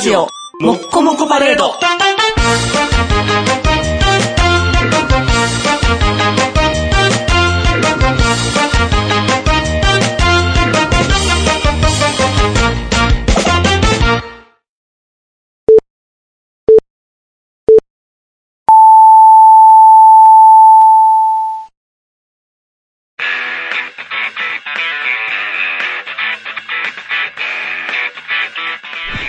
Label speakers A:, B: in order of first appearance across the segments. A: ジオもっこもこパレード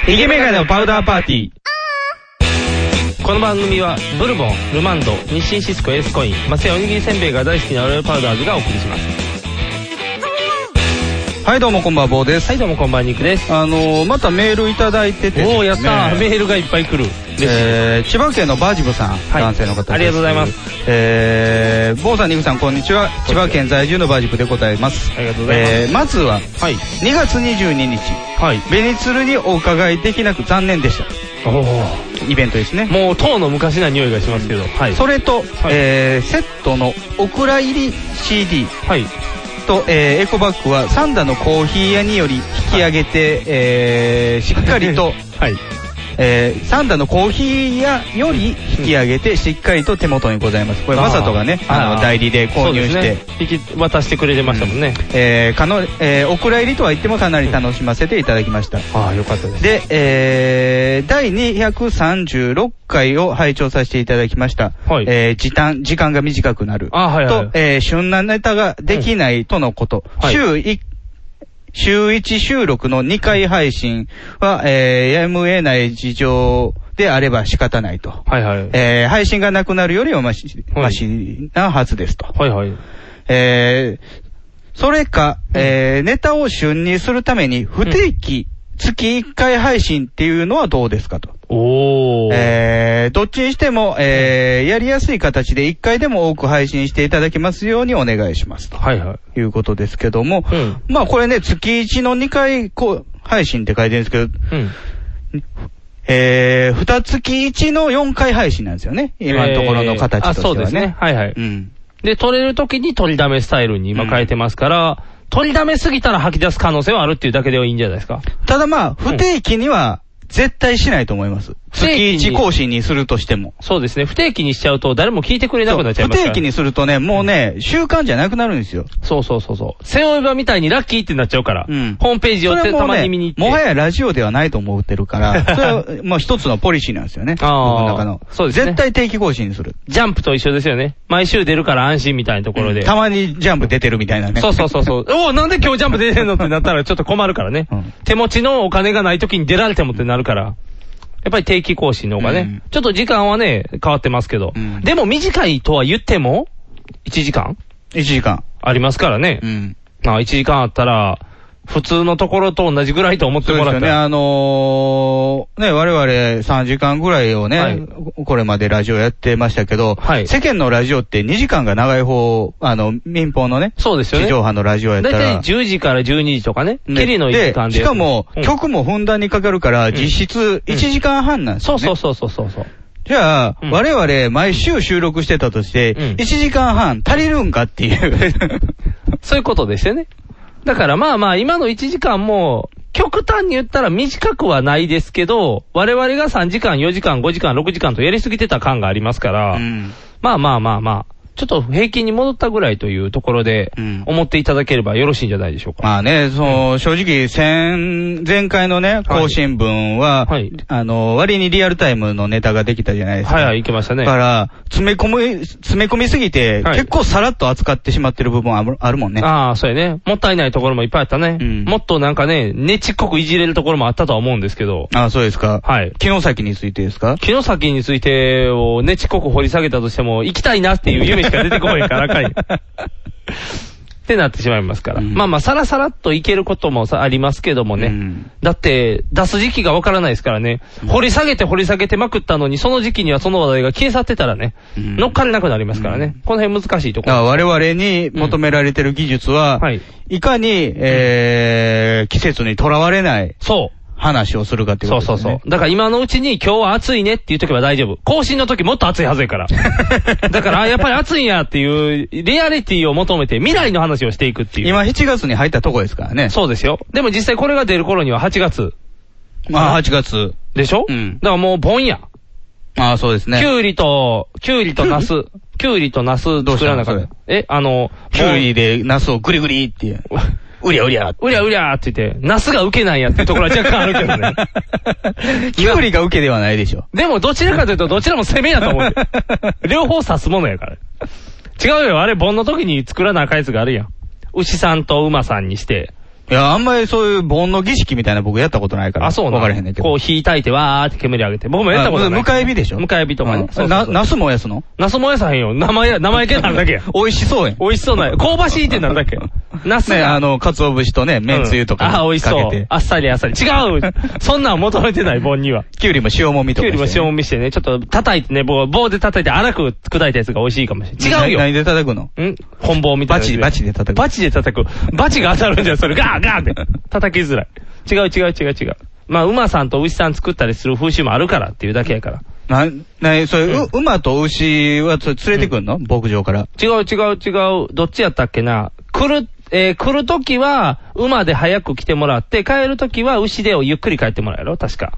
B: イケメガネのパウダーパーティー。この番組は、ブルボン、ルマンド、日清シスコエースコイン、マセイおにぎりせんべいが大好きなオレオパウダーズがお送りします。
C: はい、どうもこんばんは、坊です。
B: はい、どうもこんばんは、ニクです。
C: あのー、またメールいただいてて、
B: おー、やったー、
C: ね
B: メールがいっぱい来る。嬉しい
C: えー、千葉県のバージブさん、
B: い
C: 男性の方です
B: ありがとうございます。
C: えー、坊さん、ニグさん、こんにちは。千葉県在住のバージブでございます。
B: ありがとうございます
C: えー、まずは、
B: はい。
C: 2月22日、
B: はい。
C: ベニツルにお伺いできなく残念でした。
B: お
C: イベントですね。
B: もう、塔の昔な匂いがしますけど。はい。
C: それと、
B: い
C: えー、セットのオクラ入り CD
B: はい。
C: と、えーエコバッグはサンダのコーヒー屋により引き上げて、えーしっかりと、
B: はい。
C: えーサンダのコーヒー屋より引き上げて、しっかりと手元にございます。これ、
B: あー
C: マサトがね、あ
B: あー
C: の、代理で購入し
B: そう
C: て、
B: ですね。引き渡してくれてましたもんね。
C: えーかの、えーお蔵入りとは言ってもかなり楽しませていただきました。
B: ああ、よかったです。
C: で、えー、第236回を拝聴させていただきました。
B: はい
C: えー時短、時間が短くなる。
B: あーはいは
C: と、
B: い
C: えー旬なネタができないとのこと。
B: はい
C: 週1、週1収録の2回配信は、えーやむを得ない事情であれば仕方ないと。
B: はいはい。
C: えー配信がなくなるよりはまし、
B: はい
C: ましなはずですと。
B: はいはい。
C: えーそれか、えーネタを旬にするために不定期、月1回配信っていうのはどうですかと。
B: おー。
C: えーどっちにしても、えーやりやすい形で1回でも多く配信していただきますようにお願いしますと
B: はいはい。
C: いうことですけども、
B: うん
C: まあこれね、月1の2回こう配信って書いてるんですけど、
B: うん。
C: えー、二月1の4回配信なんですよね。今のところの形としてはね。
B: えーあ、そうですね。はいはい。
C: うん。
B: で、取れる時に取りだめスタイルに今変えてますから、取りだめすぎたら吐き出す可能性はあるっていうだけではいいんじゃないですか。
C: ただまあ、不定期には絶対しないと思います。
B: 不定期に
C: 月1更新にするとしても。
B: そうですね。不定期にしちゃうと誰も聞いてくれな
C: そう
B: くなっちゃい
C: 不
B: ますから。
C: 定期にするとね、もうね、習慣じゃなくなるんですよ。
B: そうそうそうそう。背負い場みたいにラッキーってなっちゃうから。
C: うん
B: ホームページ
C: そ
B: を
C: れ
B: てた
C: も
B: まに
C: ね
B: 見に行っ、て。
C: もはやラジオではないと思ってるから、 それは、まあ一つのポリシーなんですよね。
B: あー
C: 僕の中の。
B: そうですね
C: 絶対定期更新にする。
B: ジャンプと一緒ですよね。毎週出るから安心みたいなところで。
C: たまにジャンプ出てるみたいなね。
B: そうそうそうそう。おお、なんで今日ジャンプ出てんのってなったらちょっと困るからね。
C: うん
B: 手持ちのお金がない時に出られてもってなるから。やっぱり定期更新の方がね、
C: うん
B: ちょっと時間はね、変わってますけど。
C: うん
B: でも短いとは言っても、1時間
C: 1時間。
B: ありますからね。
C: うん。
B: まあ1時間あったら、普通のところと同じぐらいと思って
C: そうで
B: も
C: す
B: らっ
C: よ
B: た
C: ね、
B: ら。
C: あのー、ね、我々3時間ぐらいをね、
B: はい
C: これまでラジオやってましたけど、
B: はい
C: 世間のラジオって2時間が長い方、あの、民放のね、
B: そうですよ
C: 地上
B: ね。
C: 波のラジオやっ
B: だい
C: た
B: たい
C: ら。
B: 10時から12時とかね、きりの1時間で。
C: しかも、
B: うん
C: 曲もふんだんにかかるから、
B: ん
C: 実質1時間半なんです
B: そ
C: よ、
B: う
C: ね
B: そうそうそうそうそう。
C: じゃあ、
B: うん
C: 我々毎週収録してたとして、
B: うん
C: 1時間半足りるんかっていう。
B: そういうことですよね。だからまあまあ、今の1時間も、極端に言ったら短くはないですけど、我々が3時間、4時間、5時間、6時間とやりすぎてた感がありますから、
C: うん
B: まあまあまあまあ、ちょっと平均に戻ったぐらいというところで
C: うん、
B: 思っていただければよろしいんじゃないでしょうか。
C: まあね、その、正直、先、前回のね、更新分は、
B: はい
C: あの、割にリアルタイムのネタができたじゃないですか。
B: はいはい、いけましたね。
C: だから、詰め込み、詰め込みすぎて、
B: はい
C: 結構さらっと扱ってしまってる部分あるあるもんね。
B: ああ、そうやね。もったいないところもいっぱいあったね。
C: うん
B: もっとなんかね、ねちっこくいじれるところもあったとは思うんですけど、
C: ああ、そうですか。
B: はい。
C: 木の先についてですか
B: 木の先についてをねちこく掘り下げたとしても、行きたいなっていう夢しか出てこへんから、 かい。ってなってしまいますから。
C: うん
B: まあまあ、さらさらっといけることもさありますけどもね。
C: うん
B: だって、出す時期がわからないですからね。掘り下げて掘り下げてまくったのに、その時期にはその話題が消え去ってたらね、
C: うん
B: 乗っかれなくなりますからね。この辺難しいとこ
C: だか
B: ろ。
C: ら我々に求められてる技術は、
B: はい
C: いかに、えー、季節にとらわれない
B: そう。
C: 話をするかっていう
B: そ
C: こ
B: う
C: と
B: そう
C: です
B: そ
C: ね。
B: う。だから今のうちに今日は暑いねって言っとけば大丈夫。更新の時もっと暑いはずや から。だから、あやっぱり暑いんやっていう、リアリティを求めて未来の話をしていくっていう。
C: 今7月に入ったとこですからね。
B: そうですよ。でも実際これが出る頃には8月。
C: まあ8月。
B: でしょ
C: うん
B: だからもう盆や。
C: ああ、そうですね。
B: キュウリと、キュウリとナス。 キュウリとナス作らなか
C: ど
B: っ。
C: うした
B: え、あの、
C: キュウリでナスをグリグリっていう。
B: 盆。
C: うりゃうりゃ。
B: うりゃうりゃーって言って、ナスが受けないやっていうところは若干あるけど ね。
C: キュウリが受けではないでしょ。
B: でもどちらかというとどちらも攻めやと 思うよ。両方刺すものやから。違うよ、あれ盆の時に作らなあかんやつがあるやん。牛さんと馬さんにして。
C: いや、あんまりそういう盆の儀式みたいな僕やったことないから。
B: あ、そうな
C: わ
B: の
C: からへんねんけど。
B: こう火焚いてわーって煙上げて。僕もやったことない。
C: あ迎え火でしょ
B: 迎え火とかね
C: うん
B: そうそうそう
C: な、ナス燃やすの
B: ナス燃やさへんよ。名前や、名前系なん だけや。
C: 美味しそうやん。
B: 美味しそうな、香ばしいってなるだけよ。ナスが
C: ね、あの、鰹節とね、麺つゆとか
B: うんあ、美味し
C: かけ
B: そう
C: て。。
B: あっさりあっさり。違うそんなん求めてない、盆には。
C: キュウリも塩もみと
B: きゅ
C: か
B: う
C: してね。
B: りも塩もみしてね、ちょっと叩いてね、棒棒で叩いて荒く砕いたやつが美味しいかもしれな
C: な
B: い。違うよ
C: 何で叩くの
B: ん本棒みた
C: バ
B: いなや
C: チ、
B: つ。
C: バチで叩く。
B: バチで叩く。バチが当たるんじゃん、それ。ガーガーって。叩きづらい。違う違う違う違う。まあ、馬さんと牛さん作ったりする風習もあるからっていうだけやから。
C: な、な、それ、
B: うん
C: う馬と牛はそれ連れてくんの牧場から。
B: 違う違う違う。どっちやったっけな。来る、えー来るときは馬で早く来てもらって、帰るときは牛でゆっくり帰ってもらうやろ確か。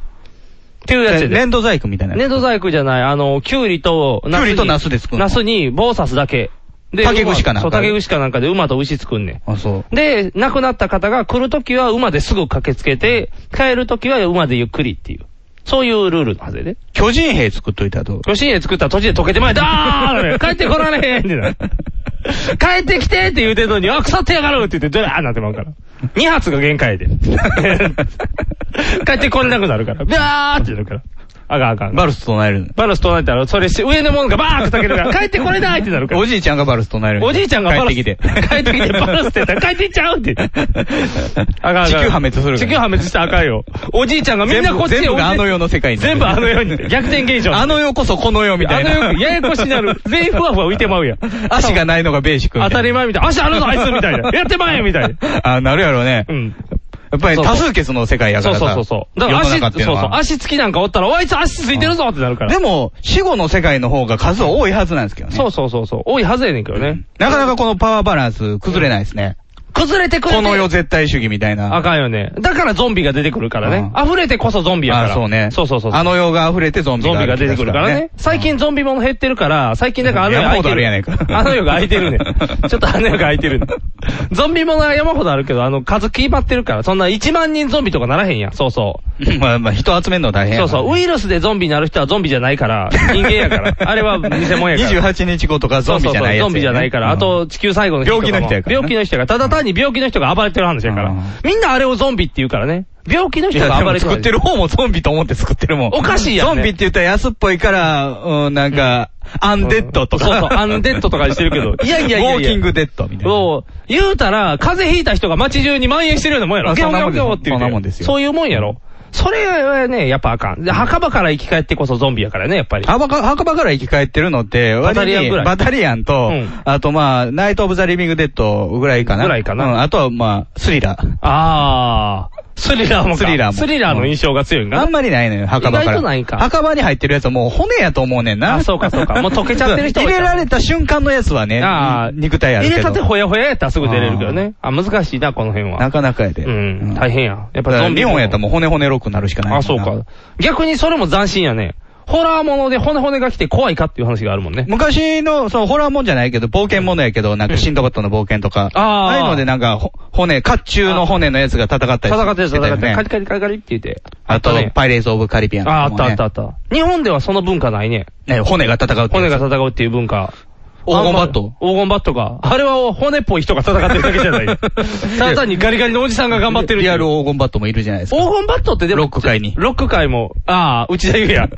B: っていうやつやで。
C: 粘土細工みたいな
B: 粘
C: やつ。
B: 土細工じゃない、あの、キュウリとナス
C: キュ
B: に。
C: ウリとナスで作るの
B: ナスに棒刺すだけ。で
C: 竹串かなんか
B: 馬そう、竹串かなんかで馬と牛作んね
C: あ、そ
B: ん。で、亡くなった方が来るときは馬ですぐ駆けつけて、帰るときは馬でゆっくりっていう。そういうルールのはずやで。
C: う。巨人兵作っといたらどう
B: 吉家作ったら途中で溶けてまいだー帰ってこられへんって なる。帰ってきてって言うてんのに、あ、腐ってやがるって言って、ドラーなってまうから。二発が限 界で。帰ってこれなくなるから。ダーってなるから。あかんあかん。
C: バルス唱える
B: バルス唱えたら、それし、上のものがバーッとけるから、帰ってこれないってなるか
C: の。お
B: ら。おじ
C: じいちゃんがバルス唱えるの。
B: いちゃんがバルス。
C: 帰ってきて。
B: 帰って きて、バルスって言ったら、帰っていっちゃうって。あかんあかん
C: 地球破滅するから
B: 地球破滅したらあか んよ。おじいちゃんがみんなこっちへ
C: 全部があの世
B: の。
C: の世界に。
B: 全部あの世に。逆転現象。
C: あの世こそこの世みたいな。
B: あの世ややこしになる。全員ふわふわ浮いてまうやん。
C: 足がないのがベーシックみ
B: 当
C: いな
B: たり前みたいな。足あるぞ、あいつみたいな。やってまえみたいな。
C: あ、なるやろうね。
B: うん。
C: やっぱり
B: そうそう
C: 多数決の世界やか
B: そう
C: らさ。
B: そうそうそう。だから
C: 世の中っ
B: 足、そう
C: てい
B: そう
C: の
B: う
C: は。
B: 足つきなんかおったら、おあいつ足ついてるぞってなるから。
C: でも、死後の世界の方が数は多いはずなんですけどね。
B: そうそうそうそう。多いはずやねんけどね。
C: なかなかこのパワーバランス崩れないですね。
B: 崩れてくれて
C: この世絶対主義みたいな。
B: あかんよね。だからゾンビが出てくるからね。
C: う
B: 溢れてこそゾンビやから。
C: あそうね。
B: そうそうそう。
C: あの世が溢れてゾンビ
B: ゾンビが出てくるからね。最近ゾンビもの減ってるから、最近だからあの世が空いて
C: 山ほどある
B: る。
C: やないか
B: あの世が空いてるね。ちょっとあの世が空いてるね。ゾンビものは山ほどあるけど、あの数決まってるから、そんな1万人ゾンビとかならへんやん。そうそう。
C: うん。 まあまあ、人集めるの大変
B: そうそう。ウイルスでゾンビになる人はゾンビじゃないから、人間やから。あれは偽物やから。
C: 28日後とかゾンビじゃないやつやね
B: そうそうそうゾンビじゃないから。あ、
C: う
B: と、
C: ん
B: 地球最後の日とかも
C: 病気の人やからね
B: 病気の人が。ただ単に病気の人が暴れてる話やか
C: う
B: ら
C: ん。
B: みんなあれをゾンビって言うからね。病気の
C: い
B: 人が
C: や、で
B: 暴
C: も
B: れてる
C: 作
B: 話
C: ってる方もゾンビと思って作ってるもん。
B: おかしいやんね
C: ゾンビって言ったら安っぽいから、うん、なんか、アンデッドとか。
B: そうそう、アンデッドとかにしてる けど。いやいやいやいや。
C: ウォーキングデッドみたいな。
B: そう。言うたら、風邪ひいた人が街中に蔓延してるようなもんやろ。
C: あそんなもん
B: ギャオギャオギャオって言うて
C: そんなもんですよ
B: そういうもんやろ。それはね、やっぱあかん。で墓場から生き返ってこそゾンビやからね、やっぱり。
C: 墓場墓場から生き返ってるのって、割に
B: バタリアンぐらい
C: バタリアンと、
B: うん
C: あとまあ、ナイト・オブ・ザ・リビング・デッドぐらいかな。
B: ぐらいかな
C: うん、あとはまあ、スリラー。
B: あー。スリラーも
C: ス
B: か。
C: リラーも
B: スリラーの印象が強いんかな
C: あんまりないのよ、墓場から。
B: 意外とないか
C: 墓場に入ってるやつはもう骨やと思うねんな。
B: あそうかそうかもう溶けちゃってる人多い
C: 入
B: から
C: れられた瞬間のやつはね、
B: あー
C: 肉体ある
B: 入
C: けど。
B: れたてほやほややったらすぐ出れるけどね。あ、難しいな、この辺は。
C: なかなかやで。
B: うん、大変や。やっ
C: だ
B: ぱ
C: から
B: ゾンビ。
C: 日本やったらもう骨骨ロックになるしかないもんな。
B: あ、そうか。逆にそれも斬新やね。ホラーもので骨骨が来て怖いかっていう話があるもんね。
C: 昔の、そう、ホラーもんじゃないけど、冒険ものやけど、なんか、シンドバッドの冒険とか、
B: あー
C: ああいうのでなんか、ほ骨、甲冑の骨のやつが戦ったり
B: 戦ってる
C: してた
B: 戦
C: よ
B: っ
C: ね
B: てる、カリカリカリカリって言って。
C: あと
B: ね、
C: パイレーツ・オブ・カリビアンと
B: あ、あ
C: かも
B: っ
C: ね。
B: たあったあった。日本ではその文化ないね。
C: ね、骨が戦うってやつ
B: 骨が戦うっていう文化。
C: 黄金バット
B: あんま黄金バットか。あれは骨っぽい人が戦ってるだけじゃ ない。ただ単にガリガリのおじさんが頑張ってるってい
C: リ
B: う
C: アル黄金バットもいるじゃないですか。
B: 黄金バットってでも、
C: ロック界に
B: ロック界も、ああ、内田優 也。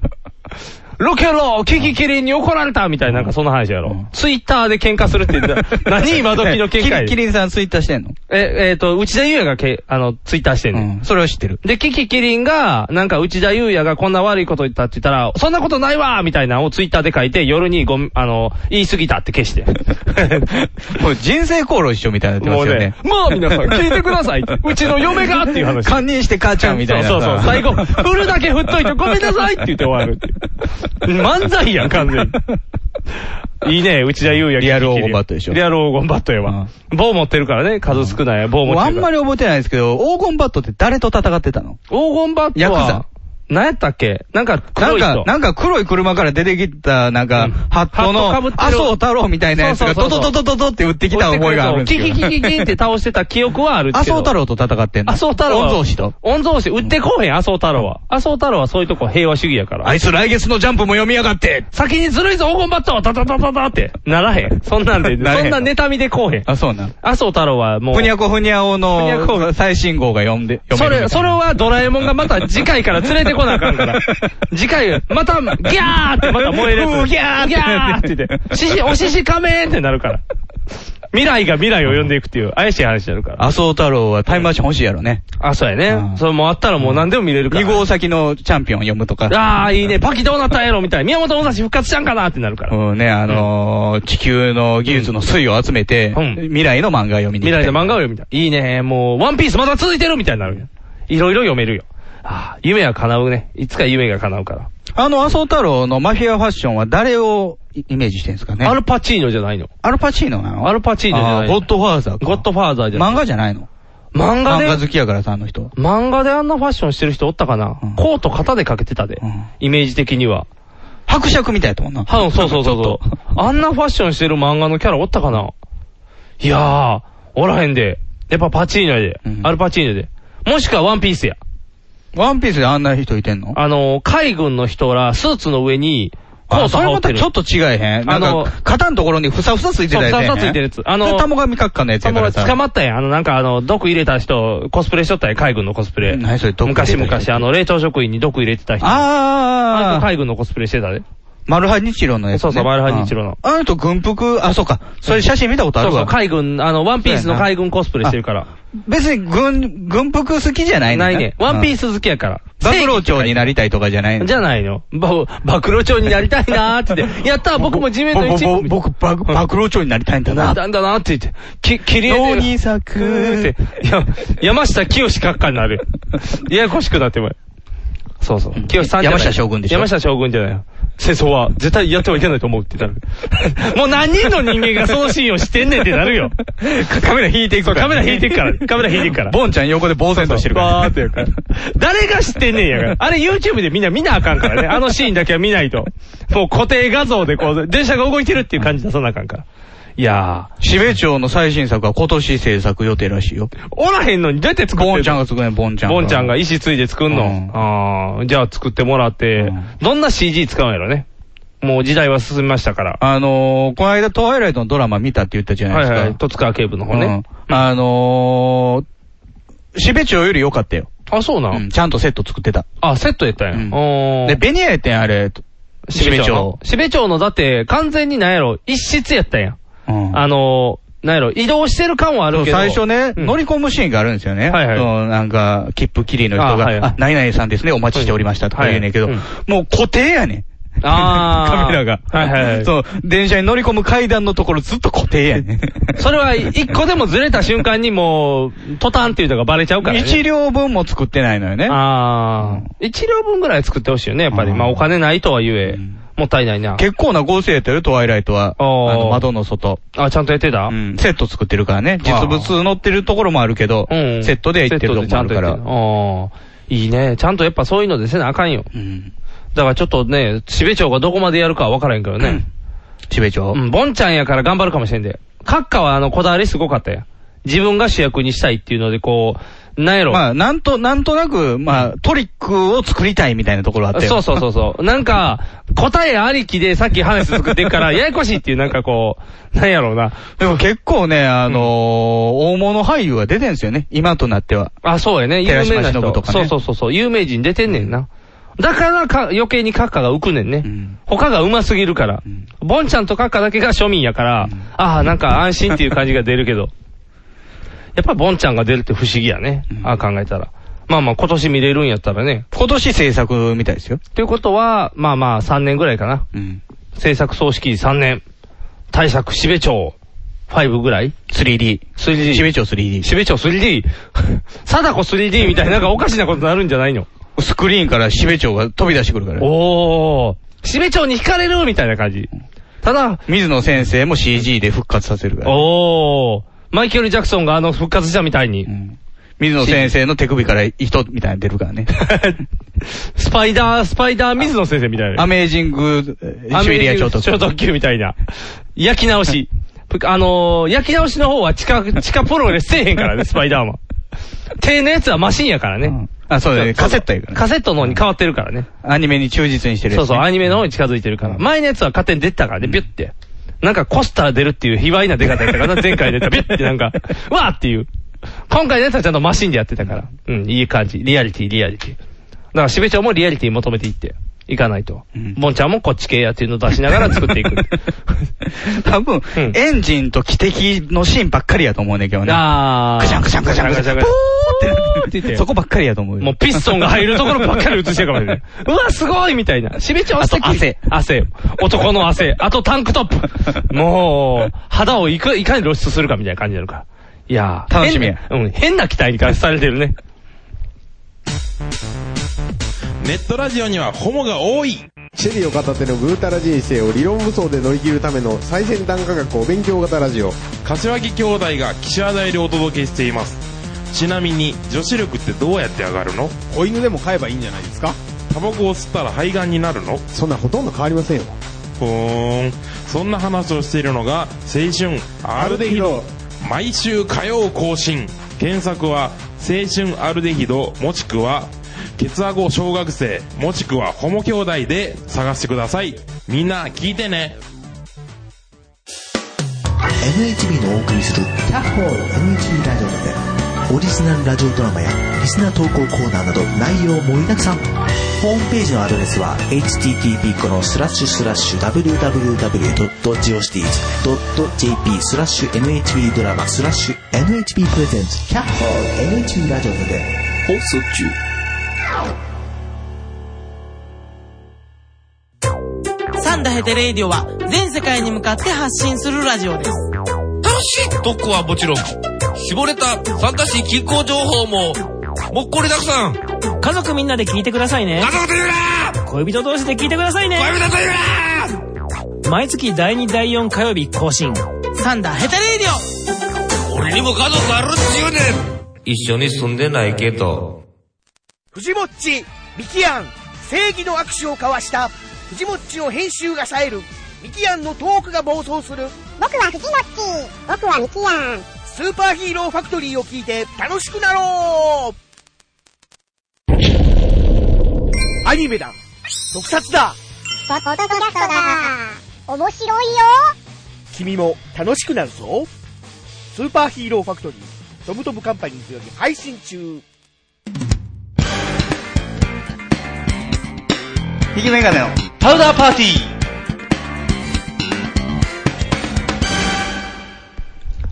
B: ロケロキキキリンに怒られたみたいな、なんかそんな話やろ。
C: うん
B: ツイッターで喧嘩するって 言った。何今時の喧嘩や
C: キリキリンさんツイッターしてんの
B: え、えっ、と、内田優也がけ、あの、ツイッターしてんねん。
C: うん。それを知ってる。
B: で、キキキリンが、なんか内田優也がこんな悪いこと言ったって言ったら、そんなことないわーみたいなのをツイッターで書いて、夜にごめん、あの、言い過ぎたって消して。
C: もう人生功労一緒みたいになってま
B: もう
C: すよ
B: ね
C: ね、。
B: まあ皆さん聞いてくださいって。うちの嫁がっていう話。
C: 堪忍して母ちゃんみたいなさ。
B: そうそうそう。最後、振るだけ振っといてごめんなさいって言って終わるっていう。漫才やん、完全に。いいね、内田優也。
C: リアル黄金バットでしょ
B: リアル黄金バットやわ。棒持ってるからね、数少ない棒
C: も
B: 持ってる
C: う
B: から。
C: あんまり覚えてないですけど、黄金バットって誰と戦ってたの
B: 黄金バット
C: ヤ
B: は。
C: クザ
B: 何やったっけなんか
C: な
B: 黒
C: ん
B: い人。
C: か、なんか黒い車から出てきた、なん
B: う
C: か
B: ん、
C: ハットの
B: ハット被って、る
C: 麻生太郎みたいなやつが、
B: そ
C: ド
B: うそう
C: ドド
B: そうそう
C: ドドドって打ってきた思いがあるんです
B: キ
C: よ
B: キキキキって倒してた記憶はあるけど。
C: 麻生太郎と戦ってんの
B: 麻生太郎は。
C: 御曹司と。
B: 御曹司、売ってこうへん、麻生太郎は。麻生太郎はそういうとこ平和主義やから。
C: あいつ来月のジャンプも読みやがって
B: 先にずるいぞ、黄金バットタタタタタって。ならへん。そんなんで、
C: ならへん
B: そんな妬みでこうへん。
C: あ、そうなん。
B: 麻生太郎はもう
C: ふ。にゃこふにゃお
B: ふにゃこ
C: の最新号が読んで、
B: そ
C: 読める
B: れ、
C: みた
B: そ
C: い
B: れ
C: な。
B: はドラえもんがまた次回から連れてこなあか んから。次回、また、ギャーってまた燃えるや
C: うん
B: つ。
C: ギャーって
B: ギャーって言って、しし、おしし仮面ってなるから。未来が未来を呼んでいくっていう怪しい話になるから。
C: 麻生太郎はタイムマシン欲しいやろね。
B: あ、そうや
C: う
B: ね
C: ん。
B: それもうあったらもう何でも見れるから。
C: 2号先のチャンピオン読むとか。
B: ああ、いいね。パキどうなったんやろみたいな。宮本武蔵復活したんかなってなるから。
C: うんね、あのー地球の技術の粋を集めて、
B: うん
C: 未来の漫画読みに
B: 未
C: 行っ
B: 来
C: て
B: の漫画を読みたい。いいね。もう、ワンピースまだ続いてるみたいになるよ。いろいろ読めるよ。ああ、夢は叶うね。いつか夢が叶うから。
C: あの、麻生太郎のマフィアファッションは誰をイイメージしてるんですかね
B: アルパチーノじゃないの。
C: アルパチーノなの
B: アルパチーノじゃない
C: あゴッドファーザーか。
B: ゴッドファーザーじゃない。
C: 漫画じゃないの
B: 漫画
C: 漫画
B: で、
C: 好きやからさ、あの人。
B: 漫画であんなファッションしてる人おったかな、
C: うん
B: コート肩でかけてたで、
C: うん
B: イメージ的には。
C: 伯爵みたいやと思うな。
B: はん、そうそうそう
C: ちょ
B: そ
C: っと
B: う。あんなファッションしてる漫画のキャラおったかないやー、おらへんで。やっぱパチーノやで、
C: うん
B: アルパチーノやで。もしくはワンピースや。
C: ワンピースであんな人いてんの
B: あのー、海軍の人ら、スーツの上に、コ
C: あ
B: ート
C: それ
B: 羽織
C: ま
B: って
C: た
B: る。
C: ちょっと違えへん。な
B: あ
C: ん
B: の
C: か、肩のところにふさふさついてたやつやね。
B: そうふさふさついてるやつあの
C: それタモガミ閣下のやつやからさ。
B: 捕まったやん。あの、なんかあの、毒入れた人、コスプレしとったやん、海軍のコスプレ。
C: 何それ毒入れた
B: 昔
C: 人
B: 々、あの、冷凍職員に毒入れてた人。あの
C: あー。
B: 海軍のコスプレしてたで。
C: マルハニチロのやつ、ね。
B: そうそうマルハニチロの
C: ああの人軍服、あ、そうか。それ写真見たことあ
B: そう
C: る
B: そう、
C: わ。
B: 海軍、あの、ワンピースの海軍コスプレしてるから。
C: 別に軍、軍服好きじゃない
B: ないね。ワンピー
C: ス。
B: ス好きやから。
C: バクロ長になりたいとかじゃないの
B: じゃないの。ば、暴露帳になりたいなーって 言って。やったー僕も地面の一
C: ぼ
B: 部。
C: ぼ僕、バク、バクロ長になりたいんだ
B: な。
C: なん
B: だんだなって言って。き、切り
C: 脳に咲
B: って
C: く。。
B: いや、山下清閣下になる。ややこしくなってもそうそう。清さんじゃない
C: 山下将軍でしょ
B: 山下将軍じゃないよ。戦争は絶対やってはいけないと思うってなる。 もう何人の人間がそのシーンをしてんねんってなるよ。
C: カメラ引いていく
B: そ
C: から。
B: う、カメラ引いてっから。カメラ引いてっから。
C: ボンちゃん横で呆然としてるから。
B: バーってや るから。誰が知ってんねんやから。あれ YouTube でみんな見なあかんからね。あのシーンだけは見ないと。もう固定画像でこう、電車が動いてるっていう感じ出さなあかんから。いや
C: しべ町の最新作は今年制作予定らしいよ。
B: ー。おらへんのにどうやって作ってんの
C: ボンちゃんが作るね、ボンちゃんが。
B: ボンちゃんが。石ついで作んの。
C: うん
B: ああ、じゃあ作ってもらって、
C: うん
B: どんな CG 使うんやろね。もう時代は進みましたから。
C: あのー、この間トワイライトのドラマ見たって言ったじゃない
B: は
C: で
B: い
C: すか。
B: はい、戸塚警部の方ね。
C: うんあのー、しべ町より良かったよ。
B: あ、そうなん、
C: うんちゃんとセット作ってた。
B: あ、セットやったんや。
C: うん
B: おー
C: で、ベニヤやってん、あれ。
B: しべ
C: しべ
B: 町
C: 町
B: の。しべ町のだって完全になんやろ、一室やったんや。
C: うん
B: あのー、なんやろ、移動してる感はあ
C: そ
B: る
C: う
B: けど。
C: 最初ね、
B: うん
C: 乗り込むシーンがあるんですよね。
B: はいはい
C: そのなんか、切符切りの
B: あ
C: 人が、あ,、
B: はいはい
C: 何々さんですね、お待ちしておりましたとか言うねんけど、
B: はいはい
C: もう固定やねん。
B: あー
C: カメラが。
B: はいはいは い
C: そう、電車に乗り込む階段のところずっと固定やねん。
B: それは一個でもずれた瞬間にもう、トタンっていうのがバレ ちゃうからね。
C: 一両分も作ってないのよね。
B: ああ。一両分ぐらい作ってほしいよね、やっぱり。
C: うん
B: まあお金ないとはいえ
C: うん、
B: もったいないな。
C: 結構な合成やったよ、トワイライトは。あ
B: おー
C: の、窓の外。
B: あ、ちゃんとやってた
C: うんセット作ってるからね。
B: あー
C: 実物載ってるところもあるけど、
B: うん。
C: セットで行ってるとこ
B: セットで
C: ろもあるか
B: ちゃ
C: ら
B: んと。やってるああ。いいね。ちゃんとやっぱそういうのでせなあかんよ。
C: うん。
B: だからちょっとね、しべ町がどこまでやるかは分からへんけどね。
C: しべ町。
B: うん、ボンちゃんやから頑張るかもしれんで。閣下はあの、こだわりすごかったやん。自分が主役にしたいっていうので、こう、なんやろ。
C: まあ、なんと、なんとなく、まあ、トリックを作りたいみたいなところあったよ。
B: そうそうそ うそう。なんか、答えありきでさっき話作ってっから、ややこしいっていう、なんかこう、なんやろうな。
C: でも結構ね、あのー大物俳優が出てんすよね。今となっては。
B: あ、そうやね。有
C: 寺島
B: 名な人。
C: しのぶとかね
B: そうそうそうそう。有名人出てんねんな。だからか、余計に閣下が浮くねんね。
C: うん
B: 他が上手すぎるから。
C: うん
B: ボンちゃんと閣下だけが庶民やから、ああ、なんか安心っていう感じが出るけ ど。やっぱボンちゃんが出るって不思議やね。
C: うん
B: ああ考えたら。まあまあ今年見れるんやったらね。
C: 今年制作みたいですよ。
B: ということは、まあまあ3年ぐらいかな。
C: うん。
B: 制作葬式3年。大作しべ町5ぐらい
C: 3D。
B: 3D
C: しべ町 3D。
B: しべ町 3D? 貞子 3D みたいななんかおかしなことになるんじゃないの
C: スクリーンからしべ町が飛び出してくるから。
B: おー。しべ町に惹かれるみたいな感じ。ただ、
C: 水野先生も CG で復活させるから。
B: おー。マイケル・ジャクソンがあの復活したみたいに。
C: うん水野先生の手首から人みたいなの出るから ね。
B: スパイダー、スパイダー水野先生みたいな。
C: アメージング、えーシュエリア超特急。
B: 超特急みたいな。焼き直し。ぷあのー、焼き直しの方は地下、地下プロレスせえへんからね、スパイダーマン。手のやつはマシンやからね。
C: うんあ、そうだね。カセットやからね。
B: カセットの方に変わってるからね。
C: アニメに忠実にしてるやつ
B: そ
C: ね
B: うそう、アニメの方に近づいてるから。前のやつは勝手に出てたからね、ビュッて。なんか、コスター出るっていう卑猥な出方やったからな、前回出 た。ビュッてなんか、わーっていう。今回のやつはちゃんとマシンでやってたから。うん、いい感じ。リアリティ、リアリティ。だから、しべちゃんもリアリティ求めていって。いかないと
C: うん。
B: ボンちゃんもこっち系やっていうのを出しながら作って いく。
C: 多分、
B: うん
C: エンジンと汽笛のシーンばっかりやと思うねんけどね。
B: あー。
C: クシャンクシャンクシャンクシャン。ポーっ
B: ってて
C: な
B: 言
C: っ
B: ってて
C: そこばっかりやと思うよ。
B: もうピストンが入るところばっかり映してるからね。うわ、すごいみたいな。しべちゃんは素敵
C: あと汗
B: 汗。男の汗。あとタンクトップ。もう、肌をいかいかに露出するかみたいな感じになるから。いやー。
C: 楽しみや
B: 変なうん、変な期待に感じされてるね。
A: ネットラジオにはホモが多い
D: シェリーを片手のぐうたら人生を理論武装で乗り切るための最先端科学お勉強型ラジオ
A: 柏木兄弟が岸和田よりお届けしていますちなみに女子力ってどうやって上がるの
E: 子犬でも飼えばいいんじゃないですか
A: タバコを吸ったら肺がんになるの
D: そんなほとんど変わりませんよ
A: ふーんそんな話をしているのが青春アルデヒド毎週火曜更新検索は青春アルデヒドもしくはケツアゴ小学生もしくはホモ兄弟で探してくださいみんな聞いてね
F: NHB のお送りする「キャッホール NHB ラジオ」でオリジナルラジオドラマやリスナー投稿コーナーなど内容盛りだくさんホームページのアドレスは http このスラッシュスラッシュ www.geocities.jp スラッシュ NHB ドラマスラッシュ NHB プレゼンツキャッホール NHB ラジオで放送中
G: サンダヘテレイディオは全世界に向かって発信するラジオです。
H: 楽しい特攻はもちろん、絞れた参加し近郊情報も、もっこりだくさん。家
G: 家族みんなで聞いてくださいね。
H: 族と言うな
G: 恋人同士で聞いてくださいね。
H: 恋人と言うな
G: 毎月第2、第4火曜日更新。サンダヘテレイディオ
H: 俺にも家族あるっちゅうねん一緒に住んでないけど。
I: 藤もっち、ミキアン、正義の握手を交わした、藤もっちの編集が冴える、ミキアンのトークが暴走する、
J: 僕は藤もっち。僕はミキヤン。
I: スーパーヒーローファクトリーを聞いて楽しくなろうアニメだ特撮だ
J: ポッドキャストだ。面白いよ。
I: 君も楽しくなるぞスーパーヒーローファクトリー、トムトムカンパニーズより配信中
C: 引きメガネの。
B: パウダーパーティー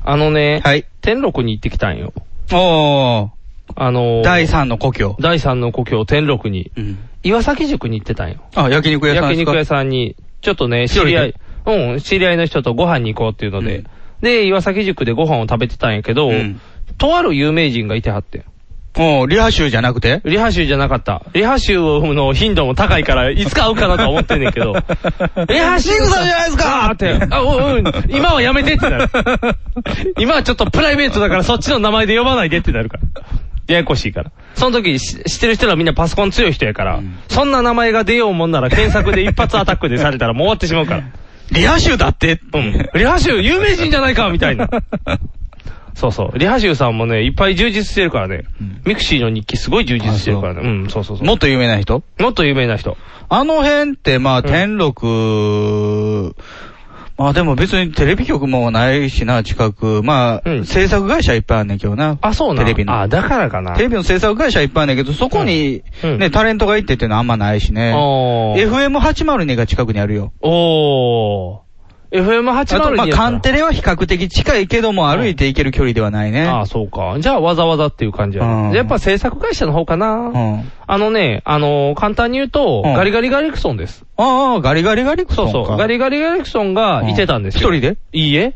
B: あのね、
C: はい。
B: 天禄に行ってきたんよ。
C: お
B: あの
C: ー。
B: ー、
C: 第3の故郷。
B: 第三の故郷天禄に、
C: うん。
B: 岩崎塾に行ってたんよ。
C: あ、焼肉屋さん
B: 焼
C: ですか
B: 肉屋さんに、ちょっとね、
C: 一人
B: 知
C: で
B: り合い、うん、知り合いの人とご飯に行こうっていうので、
C: うん
B: で、岩崎塾でご飯を食べてたんやけど、
C: うん
B: とある有名人がいてはって。
C: おー、リハ州じゃなくて。
B: リハ集じゃなかった。リハ集の頻度も高いから、いつか会うかなとは思ってんねんけど リハ集
C: シングさんじゃないですか
B: あーって。あ、うんうん。今はやめてってなる。今はちょっとプライベートだからそっちの名前で呼ばないでってなるから。ややこしいから。その時し知ってる人らみんなパソコン強い人やから、そんな名前が出ようもんなら検索で一発アタックでされたらもう終わってしまうから。
C: リハ州だって
B: うん。リハ集有名人じゃないかみたいな。そうそう。リハ集さんもね、いっぱい充実してるからね。ミクシーの日記すごい充実してるからね。うん、そうそうそう。
C: もっと有名な人
B: もっと有名な人。
C: あの辺って、まあ、天禄、まあでも別にテレビ局もないしな、近く。まあ、
B: うん
C: 制作会社いっぱいあんねんけどな。
B: あ、そうな。
C: テレビの
B: あ、だからかな。
C: テレビの制作会社いっぱいあんねんけど、そこに、
B: うんうん
C: ね、タレントが行ってっていうのはあんまないしね。
B: おー。
C: FM802 が近くにあるよ。あ
B: おー。
C: と、
B: FM802
C: まあ、
B: やから。
C: カンテレは比較的近いけども、歩いて行ける距離ではないね。
B: ああ、そうか。じゃあ、わざわざっていう感じや
C: うん
B: ね。やっぱ制作会社の方か
C: う
B: な。
C: ん。あ
B: あのね、あのー、簡単に言うと、
C: うん
B: ガリガリガリクソンです。
C: あ、ガリガリガリクソ
B: そ
C: ン
B: う
C: か。
B: そう。ガリガリガリクソンがいてたんですよ。
C: うん一人で
B: いいえ。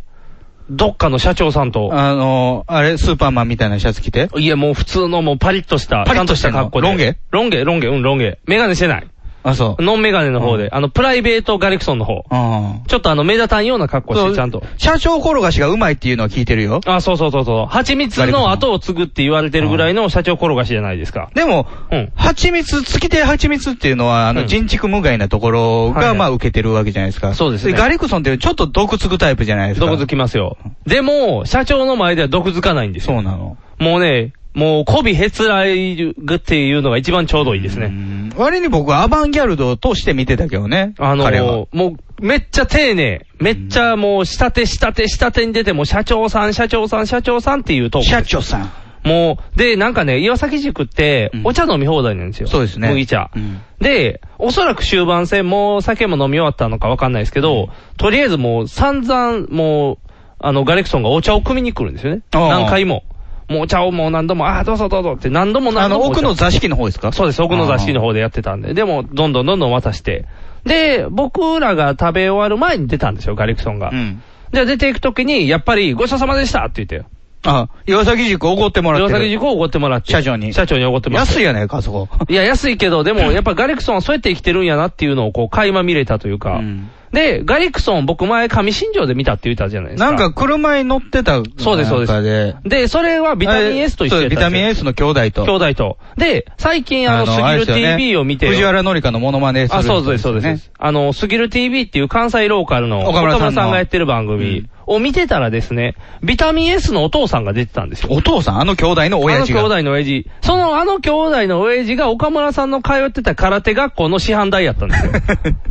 B: どっかの社長さんと。
C: あの、あれ、スーパーマンみたいなシャツ着て。
B: いや、もう普通のもうパリッとした、
C: パ
B: パ
C: リッ
B: リッ
C: と
B: と
C: し
B: してた
C: んの
B: 格好で。
C: ロン毛
B: ロン毛、ロン毛、うん、ロン毛。メガネしてない。
C: あ、そう。
B: ノンメガネの方で、あの、プライベートガレクソンの方。
C: うん。
B: ちょっとあの、目立たんような格好し
C: そう
B: て、ちゃんと。
C: 社長転がしがうまいっていうのは聞いてるよ。
B: あ、そうそうそうそう。蜂蜜の後を継ぐって言われてるぐらいの社長転がしじゃないですか。
C: でも、
B: うん。
C: 蜂蜜、月亭蜂蜜っていうのは、あ
B: う
C: の、
B: ん
C: 人畜無害なところ
B: はいは
C: が、
B: い
C: まあ、受けてるわけじゃないですか。
B: そうですね
C: ガリクソンってちょっと毒つくタイプじゃないですか。
B: 毒づきますよ。でも、社長の前では毒づかないんです
C: そ
B: よ。
C: うなの。
B: もうね、もう、媚びへつらいっていうのが一番ちょうどいいですね。
C: うん割に僕はアバンギャルドとして見てたけどね。
B: あの
C: 彼は。
B: ー、もう、めっちゃ丁寧。めっちゃもう、下手下手下手に出て、もう社長さん、社長さん、社長さんっていうトーク。
C: 社長さん。
B: もう、で、なんかね、岩崎塾って
C: う、ん
B: お茶飲み放題なんですよ。
C: そうですね
B: 麦茶。
C: うん
B: で、おそらく終盤戦、もう酒も飲み終わったのかわかんないですけど、とりあえずもう散々、もう、あの、ガレクソンがお茶を汲みに来るんですよね。
C: ああ
B: 何回も。もうお茶をもう何度も、ああ、どうぞどうぞって何度も
C: あ
B: 何度
C: の、
B: も。
C: 奥の座敷の方ですか
B: そうです、奥の座敷の方でやってたんで。でも、どんどんどんどん渡して。で、僕らが食べ終わる前に出たんですよ、ガレクソンが。
C: うん。
B: じゃあ出ていくときに、やっぱり、ごちそうさまでしたって言って。
C: あ、岩崎塾怒ってもらっ
B: 岩
C: てる。
B: 崎塾をおごってもらって。
C: 社長に
B: 社長におごってもらって。
C: 安いやないか、あそ こ。
B: いや、安いけど、でも、やっぱガリクソンはそうやって生きてるんやなっていうのを、こう、垣間見れたというか。
C: うん
B: で、ガリクソン、僕前、上新庄で見たって言ったじゃないですか。
C: なんか、車に乗ってた。
B: そうです、そうです。
C: 中で
B: で、それはビタミン S と一緒
C: そ
B: や
C: う
B: った
C: ビタミン S の兄弟と。
B: 兄弟と。で、最近、あの、
C: あれ
B: ス
C: です
B: ギ
C: よ
B: ル
C: ね
B: TV を見て、
C: 藤原紀香のモノマネする
B: あ、
C: 人
B: そうです、そうです。あの、スギル TV っていう関西ローカルの
C: 岡
B: 岡
C: 村
B: 村
C: さんの
B: さんがやってる番
C: う
B: 組
C: ん
B: を見てたらですね、ビタミン S のお父さんが出てたんですよ。
C: お父さん、あの兄弟の親父が。
B: あの兄弟の親父。そのあの兄弟の親父が岡村さんの通ってた空手学校の師範代やったんです よ。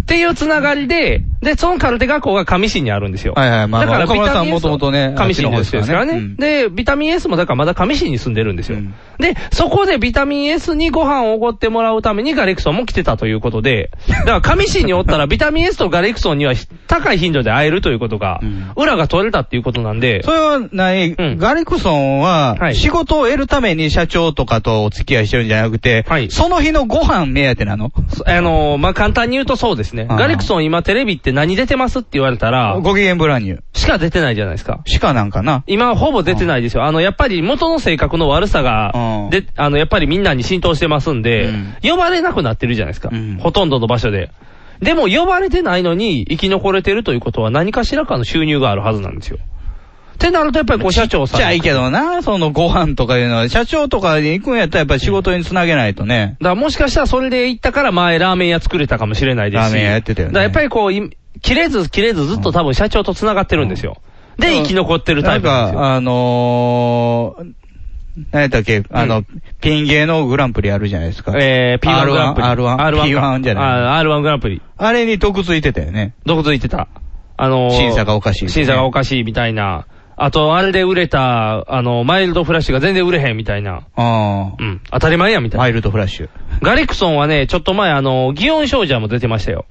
B: っていうつながりで、で、その空手学校が上市にあるんですよ。
C: はいはいまあ
B: だから
C: まあ岡村さん
B: ビタミン S
C: 元々ね
B: 上市の
C: あっちの方
B: 方
C: で
B: ですす
C: か
B: から
C: ね
B: ら
C: う
B: ね
C: ん。
B: で、ビタミン S もだからまだ上市に住んでるんですよ
C: うん。
B: で、そこでビタミン S にご飯をおごってもらうためにガレクソンも来てたということ で、だから上市におったらビタミン S とガレクソンには高い頻度で会えるということが
C: うん、
B: 裏が取れたっていうことなんで
C: そ、れはない、
B: うん
C: ガリクソン
B: は
C: は、
B: い
C: 仕事を得るために社長とかとお付き合いしてるんじゃなくて、
B: はい
C: その日のご飯目当てなの
B: あのーまあ、簡単に言うとそうですね。
C: あー
B: ガレクソン今テレビって何出てますって言われたら、
C: ご機嫌ブランニュー。
B: しか出てないじゃないですか。
C: 鹿なんかな
B: 今ほぼ出てないですよ。あの、やっぱり元の性格の悪さ
C: う
B: が
C: ん、
B: で、あの、やっぱりみんなに浸透してますんで、
C: うん
B: 呼ばれなくなってるじゃないですか。
C: うん
B: ほとんどの場所で。でも呼ばれてないのに生き残れてるということは何かしらかの収入があるはずなんですよ。ってなるとやっぱりこう社長さん。
C: ちっちゃいけどな、そのご飯とかいうのは、社長とかに行くんやったらやっぱり仕事につなげないとね。
B: だからもしかしたらそれで行ったから前ラーメン屋作れたかもしれないですし。
C: ラーメン屋やってたよね
B: だからやっぱりこうい、切れず切れずずっと多分社長と繋がってるんですよ。で、生き残ってるタ
C: な
B: イ
C: ん
B: プなんですよ。
C: か、あのー、何やったっけ、あ
B: う
C: の、ピン芸のグランプリあるじゃないですか。
B: えー、P1 グランプリ。
C: R1
B: R1 か
C: P1 じゃない
B: あー R1 グランプリ。
C: あれに毒ついてたよね。
B: どこついてたあのー、
C: 審査がおかしい
B: 審査がおかしいみたいな。あと、あれで売れた、あの、マイルドフラッシュが全然売れへんみたいな。
C: ああ
B: う。ん。当たり前やみた
C: ワ
B: い
C: イルドフラッシュ。
B: な。ガリクソンはね、ちょっと前、あの、祇園少女も出てましたよ。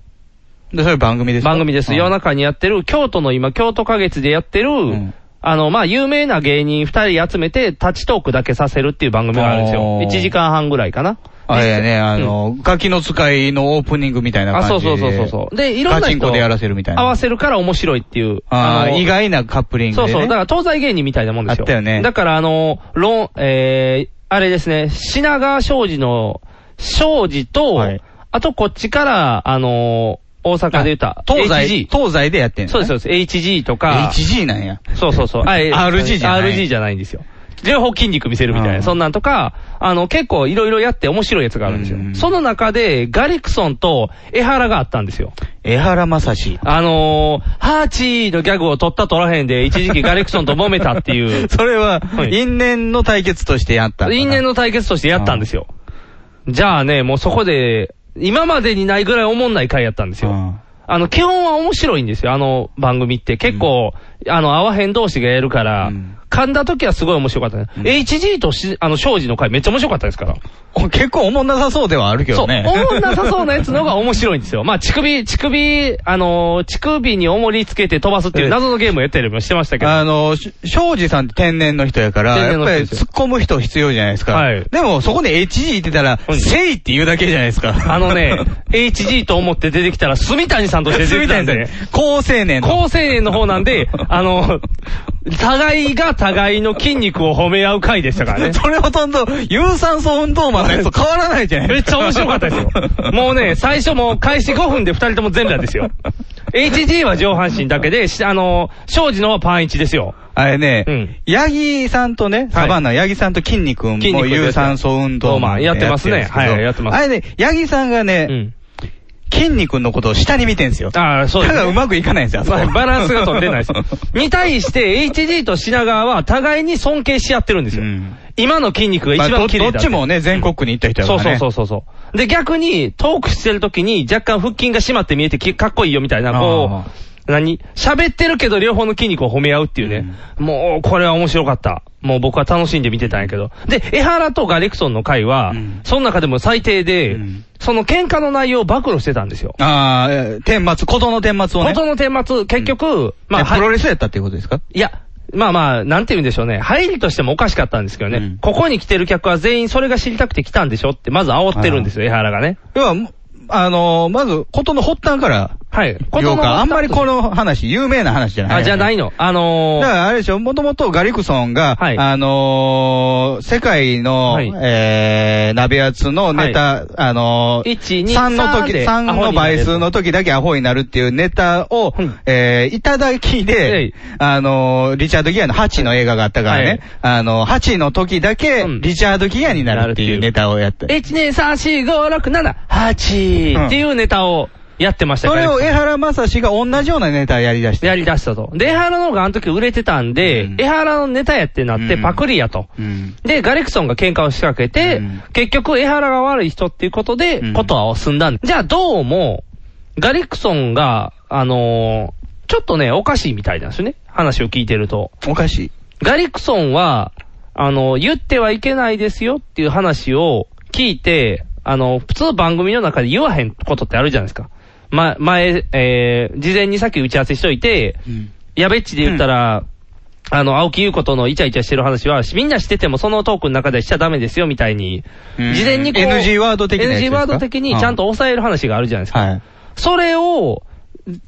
C: で、それ番組ですか
B: 番組で
C: う
B: す。
C: ん
B: 夜中にやってる、京都の今、京都花月でやってる、
C: ん
B: あの、まあ、有名な芸人二人集めて、タッチトークだけさせるっていう番組があるんですよ。
C: おー
B: 1時間半ぐらいかな。
C: あれやね、あ
B: うん
C: の、ガキの使いのオープニングみたいな感
B: あ、
C: じで。
B: そうそうそうそうそう。で、いろんな
C: ガチン
B: 人
C: コでやらせるみたいな。
B: 合わせるから面白いっていう。
C: ああ、
B: の
C: 意外なカップリングで、
B: そう
C: ね。
B: そう。だから東西芸人みたいなもんですよ。
C: あったよね
B: だからあの、論、えー、あれですね、品川庄司の、庄司と、
C: はい
B: あとこっちから、あの大阪で言った、
C: 東西、
B: HG。
C: 東西でやってんの、ね、
B: そうです、そうです。HG とか、
C: HG なんや。
B: そうそうそう。あえ
C: RG じゃない
B: RG じゃないんですよ。両方筋肉見せるみたい
C: うん
B: な。そんなんとか、あの、結構いろいろやって面白いやつがあるんですよ
C: うん。
B: その中で、ガリクソンと江原があったんですよ。
C: 江原正史。、
B: あのー、ハーチーのギャグを取った取らへんで、一時期ガレクソンと揉めたっていう
C: それは、
B: はい
C: 因縁の対決としてやったんだな
B: 因縁の対決としてやったんですよ。じゃあね、もうそこで、今までにないぐらいおもんない回やったんです
C: う
B: よ。
C: ん
B: あの、基本は面白いんですよ、あの番組って。結構、あの、合わへん同士がやるから、
C: うん
B: 噛んだ時はすごい面白かったね。HG とし、あの、庄司の回めっちゃ面白かったですから。
C: お 結構おもんなさそうではあるけ
B: そ
C: ど
B: う。
C: ね。
B: おもんなさそうなやつの方が面白いんです よ。まあ、乳首、乳首、あのー乳首に重りつけて飛ばすっていう謎のゲームをやったりもしてましたけど。
C: あの、し庄司さんって天然の人やから、
B: 天
C: や
B: 然
C: っ
B: の
C: ぱ
B: 人
C: り
B: ですよ
C: 突っ込む人必要じゃないですか。
B: はい
C: でも、そこで HG って言ったら、
B: うん
C: せいって言うだけじゃないですか。
B: あ のね、HG と思って出てきたら、住谷さんとして出てきたんで、
C: 高青年の。
B: 高青年の方なんで、あの、互いが互いの筋肉を褒め合う回でしたから ね。
C: それほとんど、有酸素運動マンのやつと変わらないじゃない
B: めっちゃ面白かったですよ。 もうね、最初もう開始5分で2人とも全裸ですよ。HG は上半身だけで、しあの、庄司のはパンイチですよ。
C: あれね、
B: うん
C: ヤギさんとね、サバンナ、ヤギさんと筋肉も
B: 筋肉です
C: 有酸素運動マン
B: やってますね
C: やってるんですけど
B: はいやってます
C: あれね、ヤギさんがね、筋肉のことを下に見てんすよ。
B: ああ、そうです、
C: だからうまくいかないんですよ、あそこ
B: まあバランスが取 れないです。に対して、HG と品川は互いに尊敬し合ってるんですよ。今の筋肉が一
C: まあど
B: 番綺麗だ
C: どっちもね、全国に行った人やから
B: そうそう
C: ね。
B: そうそうそう。で、逆に、トークしてる時に若干腹筋が締まって見えてきかっこいいよみたいな、こう、何喋ってるけど両方の筋肉を褒め合うっていうね。もう、これは面白かった。もう僕は楽しんで見てたんやけど。で、江原とガレクソンの回は、その中でも最低で、その喧嘩の内容を暴露してたんですよ。
C: ああ、えー天末、ことの天末をね。
B: 元の天末、結局、まあ、
C: え
B: は
C: プロレスやったっていうことですか
B: いや、まあまあ、なんて言うんでしょうね。入りとしてもおかしかったんですけどね。ここに来てる客は全員それが知りたくて来たんでしょって、まず煽ってるんですよ、江原がね。
C: 要は、もあのー、まず、ことの発端から、
B: はい。
C: こ
B: の
C: のあんまりこの話、有名な話じゃない。
B: あ、じゃないの。あの
C: だか
B: ー、
C: らあれでしょ、もともとガリクソンが、あのー、世界の、
B: はい
C: えー、鍋やつのネタ、あのー、
B: 1 2
C: 3の
B: 3
C: 時、
B: で
C: 3の倍数の時だけアホになるっていうネタを、えー、いただきで、あのー、リチャード・ギアの8の映画があったからね、あのー、8の時だけ、リチャード・ギアになるっていうネタをやって、
B: 1,2,3,4,5,6,7,8っていうネタをやってました
C: それを
B: ガレ
C: 江
B: ク
C: 原正史が同じようなネタをやり出して。
B: やり出したと。で、江原の方があの時売れてたんで、江原のネタやってなってパクリやと。で、ガレクソンが喧嘩を仕掛けて、結局江原が悪い人っていうことで、ことは済んだんでじゃあどうも、ガレクソンが、あのーちょっとね、おかしいみたいなんですよね。話を聞いてると。
C: おかしい。
B: ガリクソンは、あの、言ってはいけないですよっていう話を聞いて、あの、普通番組の中で言わへんことってあるじゃないですか。ま、前、えー、事前にさっき打ち合わせしといて、やべっちで言ったら、あの、青木優子とのイチャイチャしてる話は、みんなしててもそのトークの中でしちゃダメですよみたいに、事前にこう、
C: NG ワード的なやつです
B: NG
C: か
B: ワード的にちゃんと抑える話があるじゃないですか。
C: はい。
B: それを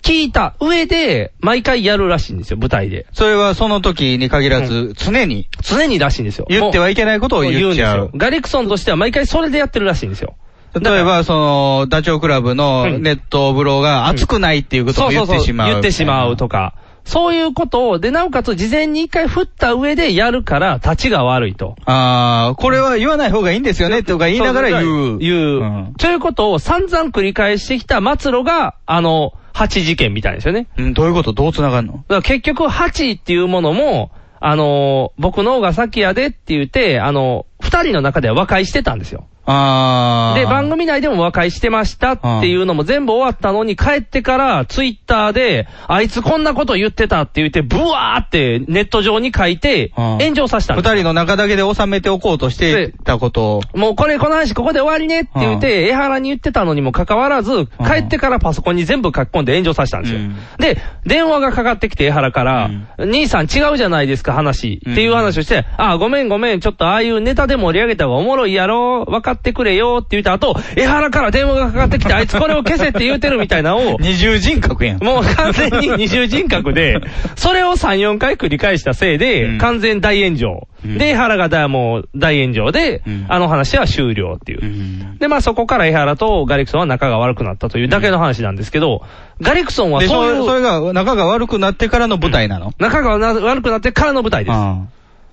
B: 聞いた上で、毎回やるらしいんですよ、舞台で。
C: それはその時に限らず、常に、
B: 常にらしいんですよ。
C: 言ってはいけないことを言っちゃう
B: も言んですよ。ガレクソンとしては毎回それでやってるらしいんですよ。
C: 例えば、その、ダチョウ倶楽部のネット風呂が熱くないっていうことを言ってしまう。
B: 言ってしまうとか。そういうことを、で、なおかつ事前に一回振った上でやるから、立ちが悪いと。
C: ああ、これは言わない方がいいんですよね、とか言いながら言う。
B: 言う。ということを散々繰り返してきた末路が、あの、8事件みたいですよね。
C: うん、どういうことどう繋がるの
B: だから結局、8っていうものも、あのー僕の方が先やでって言って、あの二人の中では和解してたんですよ。
C: ああ。
B: で、番組内でも和解してましたっていうのも全部終わったのに、帰ってからツイッターで、あいつこんなこと言ってたって言って、ブワーってネット上に書いて、炎上させたんです
C: 二人の中だけで収めておこうとしてたことを。
B: もうこれ、この話ここで終わりねって言って、江原に言ってたのにもかかわらず、帰ってからパソコンに全部書き込んで炎上させたんですよ。で、電話がかかってきて江原から、兄さん違うじゃないですか話っていう話をして、ああ、ごめんごめん、ちょっとああいうネタで盛り上げた方がおもろいやろ、分かってくれよって言った後、江原から電話がかかってきて、あいつこれを消せって言うてるみたいなの を、
C: 二重人格やん。
B: もう完全に二重人格 で、それを3、4回繰り返したせいで、完全大炎上。で、江原がだもう大炎上で、あの話は終了っていう。で、まあそこから江原とガリクソンは仲が悪くなったというだけの話なんですけど、ガリクソンは
C: で、
B: そ
C: そうれそ
B: いう、
C: れが、仲が悪くなってからの舞台なの
B: 仲がな悪くなってからの舞台です。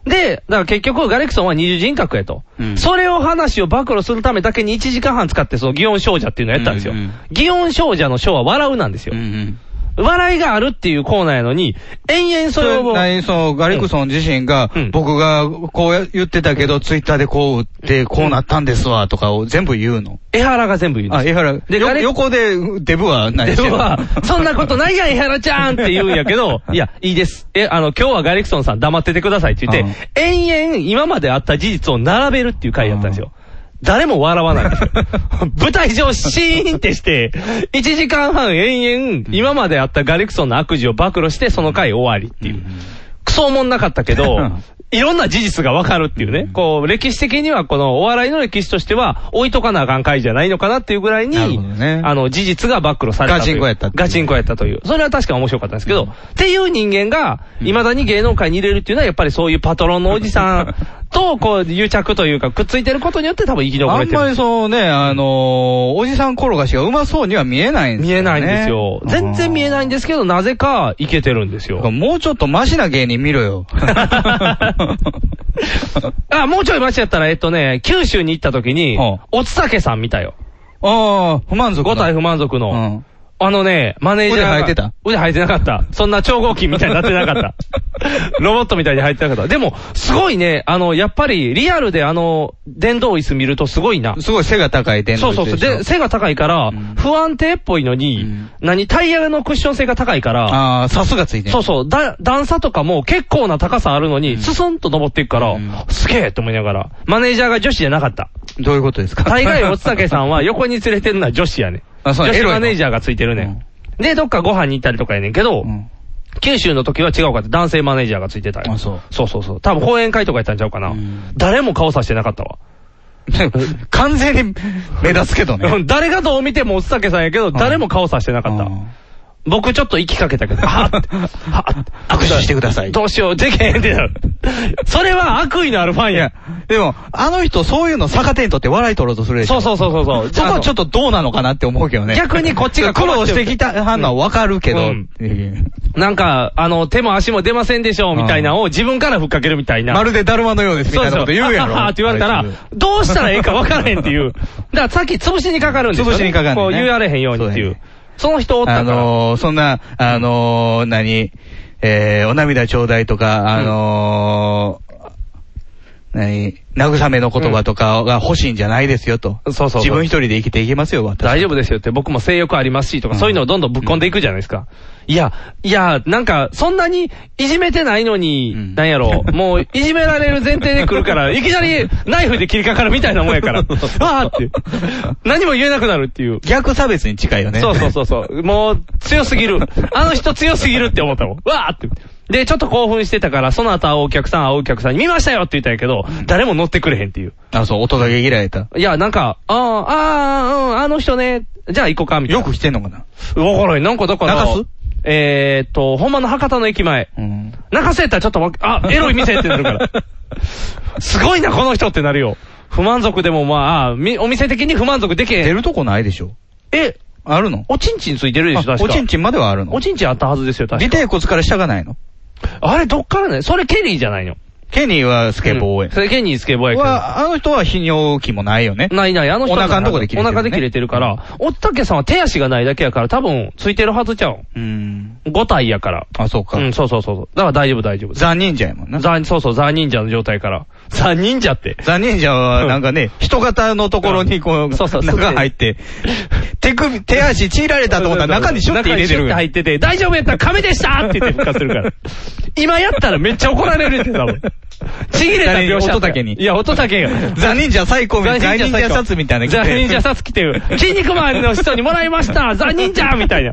B: で、だから結局ガリクソンは二重人格やと。それを話を暴露するためだけに1時間半使って、その祇園少女っていうのをやったんですよ。祇園少女の章は笑うなんですよ。笑いがあるっていうコーナーやのに、延々
C: そ
B: それ
C: れ
B: を、
C: 何そのガリクソン自身が、僕がこう言ってたけど、ツイッターでこう打って、こうなったんですわ、とかを全部言うの。
B: 江原が全部言うん
C: あ、
B: です
C: 江
B: よ。
C: 原、
B: でガ
C: よ
B: リ
C: 横でデブはない
B: で
C: ですよ。
B: は、そんなことないやん、江原ちゃんって言うんやけ ど、いや、いいです。え、あの、今日はガリクソンさん黙っててくださいって言って、延々今まであった事実を並べるっていう回やったんですよ。誰も笑わないん ですよ。舞台上シーンってして、1時間半延々今まであったガリクソンの悪事を暴露して、その回終わりっていう。クソおもんなかったけど、いろんな事実がわかるっていうね。こう、歴史的にはこのお笑いの歴史としては置いとかなあかん回じゃないのかなっていうぐらいに、あの、事実が暴露されたとい
C: ガ
B: う。
C: チンコやったっていう
B: ガチンコやったという。それは確か面白かったんですけど、っていう人間が、未だに芸能界に入れるっていうのはやっぱりそういうパトロンのおじさんと、こう、癒着というか、くっついてることによって多分生き残
C: あ
B: れ
C: ん
B: てる。
C: まりそうね、あのー、おじさん転がしがうまそうには見えないんですよ、ね。見えない
B: んですよ。全然見えないんですけど、なぜかいけてるんですよ。
C: もうちょっとマシな芸人見ろよ。
B: あ、もうちょい待ちやったら、えっとね、九州に行った時に、おつたけさん見たよ。
C: ああ、不満足。
B: 五体不満足の。あのね、マネージャーが。
C: 腕生えてた
B: 腕生えてなかった。そんな超合金みたいになってなか った。ロボットみたいに入ってなかった。でも、すごいね、あの、やっぱり、リアルであの、電動椅子見るとすごいな。
C: すごい背が高い電動椅子
B: そうそうそう。
C: でしょ
B: で、背が高いから、不安定っぽいのに、何、タイヤのクッション性が高いから、
C: ああ、サスがついてる。
B: そうそう。だ、段差とかも結構な高さあるのに、ススンと登っていくから、すげえと思いながら。マネージャーが女子じゃなか った。
C: どういうことですか
B: 大概、おつたけさんは横に連れてるのは女子やねん。
C: あそう
B: 女
C: エ
B: 子
C: ロいの
B: マネージャーがついてるね、ん。で、どっかご飯に行ったりとかやねんけど、九州の時は違うかって男性マネージャーがついてたよ。 そう。そうそうそう。多分講演会とかやったんちゃうかな。誰も顔さしてなか ったわ。
C: 完全に目立つけどね。
B: 誰がどう見てもおつたけさんやけど、誰も顔さしてなかった。僕ちょっと息かけた けど、あーってあーって
C: 握手してください。
B: どうしよう、でけへんってなる。それは悪意のあるファンや。
C: でも、あの人そういうの逆手にとって笑い取ろうとするでしょ。
B: そうそうそうそう
C: そこはちょっとどうなのかなって思うけどね。
B: 逆にこっちが
C: 苦 労してきた反応はわかるけど。
B: うんなんか、あの、手も足も出ませんでしょうみたいなのを自分からふっかけるみたいな。
C: まるでだるまのようですみたいなこと言うやろ
B: あああ って言われたら、どうしたらええか分からへんって いう。だからさっき潰しにかかるんですよ、ね。
C: 潰しにかかんねんね
B: こう言われへんようにっていう。その人おった
C: あ
B: から。
C: のー、そんな、あのー、何、えー、お涙ちょうだいとか、あのー、何、慰めの言葉とかが欲しいんじゃないですよと。
B: そうそう
C: 自分一人で生きていけますよ、私。
B: 大丈夫ですよって、僕も性欲ありますしとか、そういうのをどんどんぶっ込んでいくじゃないですか。いや、いや、なんか、そんなにいじめてないのに、なんやろ、もう、いじめられる前提で来るから、いきなりナイフで切りかかるみたいなもんやから、わーって、何も言えなくなるっていう。
C: 逆差別に近いよね。
B: そうそうそうそう。もう、強すぎ る。あの人強すぎるって思ったもん。わーって。で、ちょっと興奮してたから、その後会うお客さん、会うお客さんに見ましたよって言ったんやけど、誰も乗ってくれへんっていう。
C: あ、そう、音だけ嫌いやった。
B: いや、なんか、ああ、ああ、うん、あの人ね、じゃあ行こうか、みたいな。よ
C: く来てんのかな
B: わからへん、なんかだから、
C: 中洲
B: えーっと、ほんまの博多の駅前。中洲やったらちょっとわ、 あ、エロい店ってなるから。すごいな、この人ってなるよ。不満足でもまあ、あみお店的に不満足でけへん。出
C: るとこないでしょ。
B: え、
C: あるの
B: おちんちんついてるでしょ、確か
C: おちんちんまではあるの
B: おちんちんあったはずですよ、確か
C: 尾てい骨から下がないの
B: あれ、どっからねそれケリーじゃないの
C: ケニーはスケボーや。
B: それケニースケボーやけど。
C: は、あの人は泌尿器もないよね。
B: ないない、あの人
C: お
B: は
C: 腹のとこで切れてる、
B: お腹で切れてるから、おったけさんは手足がないだけやから、多分、ついてるはずちゃう。
C: うん。
B: 5体やから。
C: あ、そうか。
B: うん、そうそうそうそう。だから大丈夫大丈夫。
C: ザ・忍者やもんな。
B: ザ、そうそう、ザ忍者の状態から。 ザ忍者って。
C: ザ・忍者は、なんかね、人型のところにこう、
B: そうそう
C: 中入って、手首、手足ちぎられたと思ったら中にシュッて入れて
B: 中にシュッ
C: る。
B: 入ってて、大丈夫やったら亀でしたって言って復活するから。今やったらめっちゃ怒られるって 多分。ちぎれた描写あった
C: 何乙
B: よ。
C: 武に
B: いや、音 だけよ。
C: ザ・忍者最高みたいな、ザ・忍者シャツみたいなの着て。
B: ザ・忍者シャツ着てる。筋肉マンの人にもらいましたザ・忍者みたいな。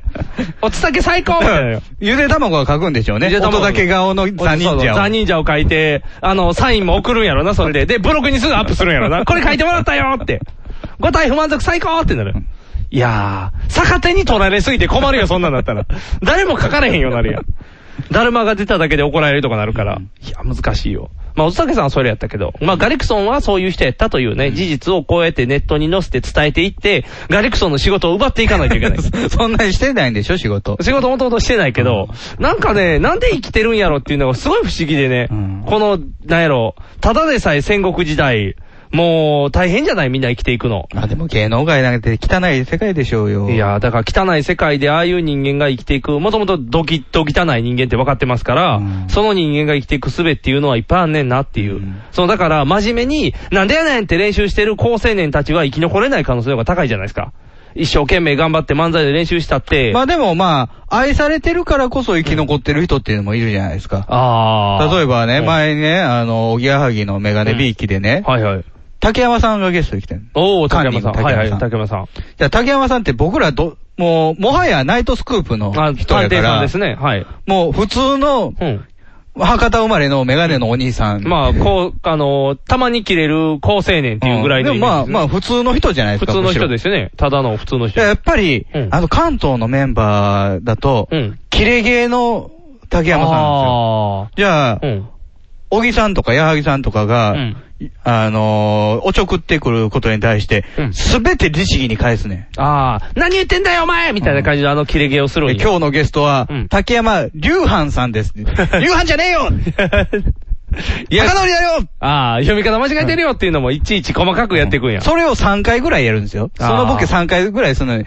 B: おつたけ最高みたいなよ。
C: ゆで卵は書くんでしょうね。
B: ゆで
C: 音
B: 卵
C: だけ顔のザ・忍
B: そうそうザ・
C: 者を。
B: 忍者を書いて、あの、サインも送るんやろな、それで。で、ブログにすぐアップするんや ろな。これ書いてもらったよって。5体不満足最高ってなる。いやー、逆手に取られすぎて困るよ、そんなんだったら。誰も書かれへんようになるやん。だるまが出ただけで怒られるとかなるから。いや、難しいよ。まあ、おつたけさんはそれやったけど、まあ、ガリクソンはそういう人やったというね、事実をこうやってネットに載せて伝えていって、ガリクソンの仕事を奪っていかないといけない。
C: そんなにしてないんでしょ、仕事。
B: 仕事もともとしてないけど、なんかね、なんで生きてるんやろっていうのがすごい不思議でね、この、なんやろ、ただでさえ戦国時代、もう大変じゃないみんな生きていくの。
C: あ、でも芸能界なんて汚い世界でしょうよ。
B: いやーだから汚い世界でああいう人間が生きていく、もともとドキッと汚い人間って分かってますから、その人間が生きていく術っていうのはいっぱいあんねんなっていう。そのだから真面目に、なんでやねんって練習してる高青年たちは生き残れない可能性の方が高いじゃないですか。一生懸命頑張って漫才で練習したって。
C: まあでもまあ、愛されてるからこそ生き残ってる人っていうのもいるじゃないですか。
B: あー
C: 例えばね、
B: うん
C: 前にね、あの、おぎやはぎのメガネビーキでね、
B: はいはい。
C: 竹山さんがゲストに来てる。
B: おー、竹山さん。
C: カンニング
B: は
C: 竹山
B: いはい、
C: さん
B: 竹山さん。
C: じゃあ竹山さんって僕らど、もう、もはやナイトスクープの人や
B: 探
C: か
B: 偵さん
C: ら
B: で、すね。はい。
C: もう普通の、博多生まれのメガネのお兄さん。
B: まあ、こう、あのー、たまに切れる高青年っていうぐらいの
C: で
B: イ
C: も
B: メ
C: ま
B: ー
C: あ、
B: ジですね、
C: まあ、普通の人じゃないです
B: 普
C: か。
B: 通の人
C: む
B: で
C: し
B: すよね。ただの普通の人。
C: ろ。やっぱり、あの、関東のメンバーだと、キレゲーの竹山さんなんですよ。じゃあ、小木さんとか矢作さんとかが、あのーおちょくってくることに対して、すべて律儀に返すね。
B: ああ、何言ってんだよお前みたいな感じであの切れ毛をするん
C: で
B: や
C: 今日のゲストは、竹山龍藩さんです。龍藩じゃねえよ仲直りだよ
B: ああ、読み方間違えてるよっていうのもいちいち細かくやっていくんや。
C: それを3回ぐらいやるんですよ。そのボケ3回ぐらいするのに、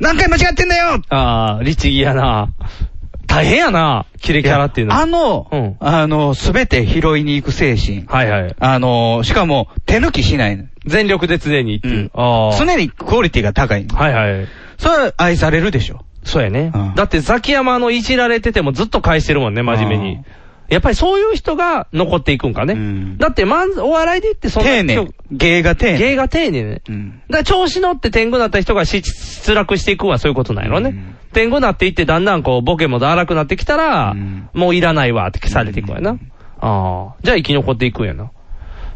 C: 何回間違ってんだよ
B: ああ、律儀やな。大変やな、キレキャラっていうのは。
C: あの、あの、すべて拾いに行く精神。
B: はいはい。
C: あの、しかも、手抜きしないの。
B: 全力で常にっていう。ああ。
C: 常にクオリティが高い。
B: はいはい。
C: それは愛されるでしょ。
B: そうやね。だってザキヤマのいじられててもずっと返してるもんね、真面目に。やっぱりそういう人が残っていくんかね。だって漫才、お笑いで言ってそんな
C: 丁寧。芸が丁寧。
B: 芸が丁寧ね。だから調子乗って天狗なった人がし失落していくはそういうことなんやろね。天狗なっていってだんだんこうボケも荒くなってきたら、もういらないわって消されていくわやな。ああ。じゃあ生き残っていくんやな。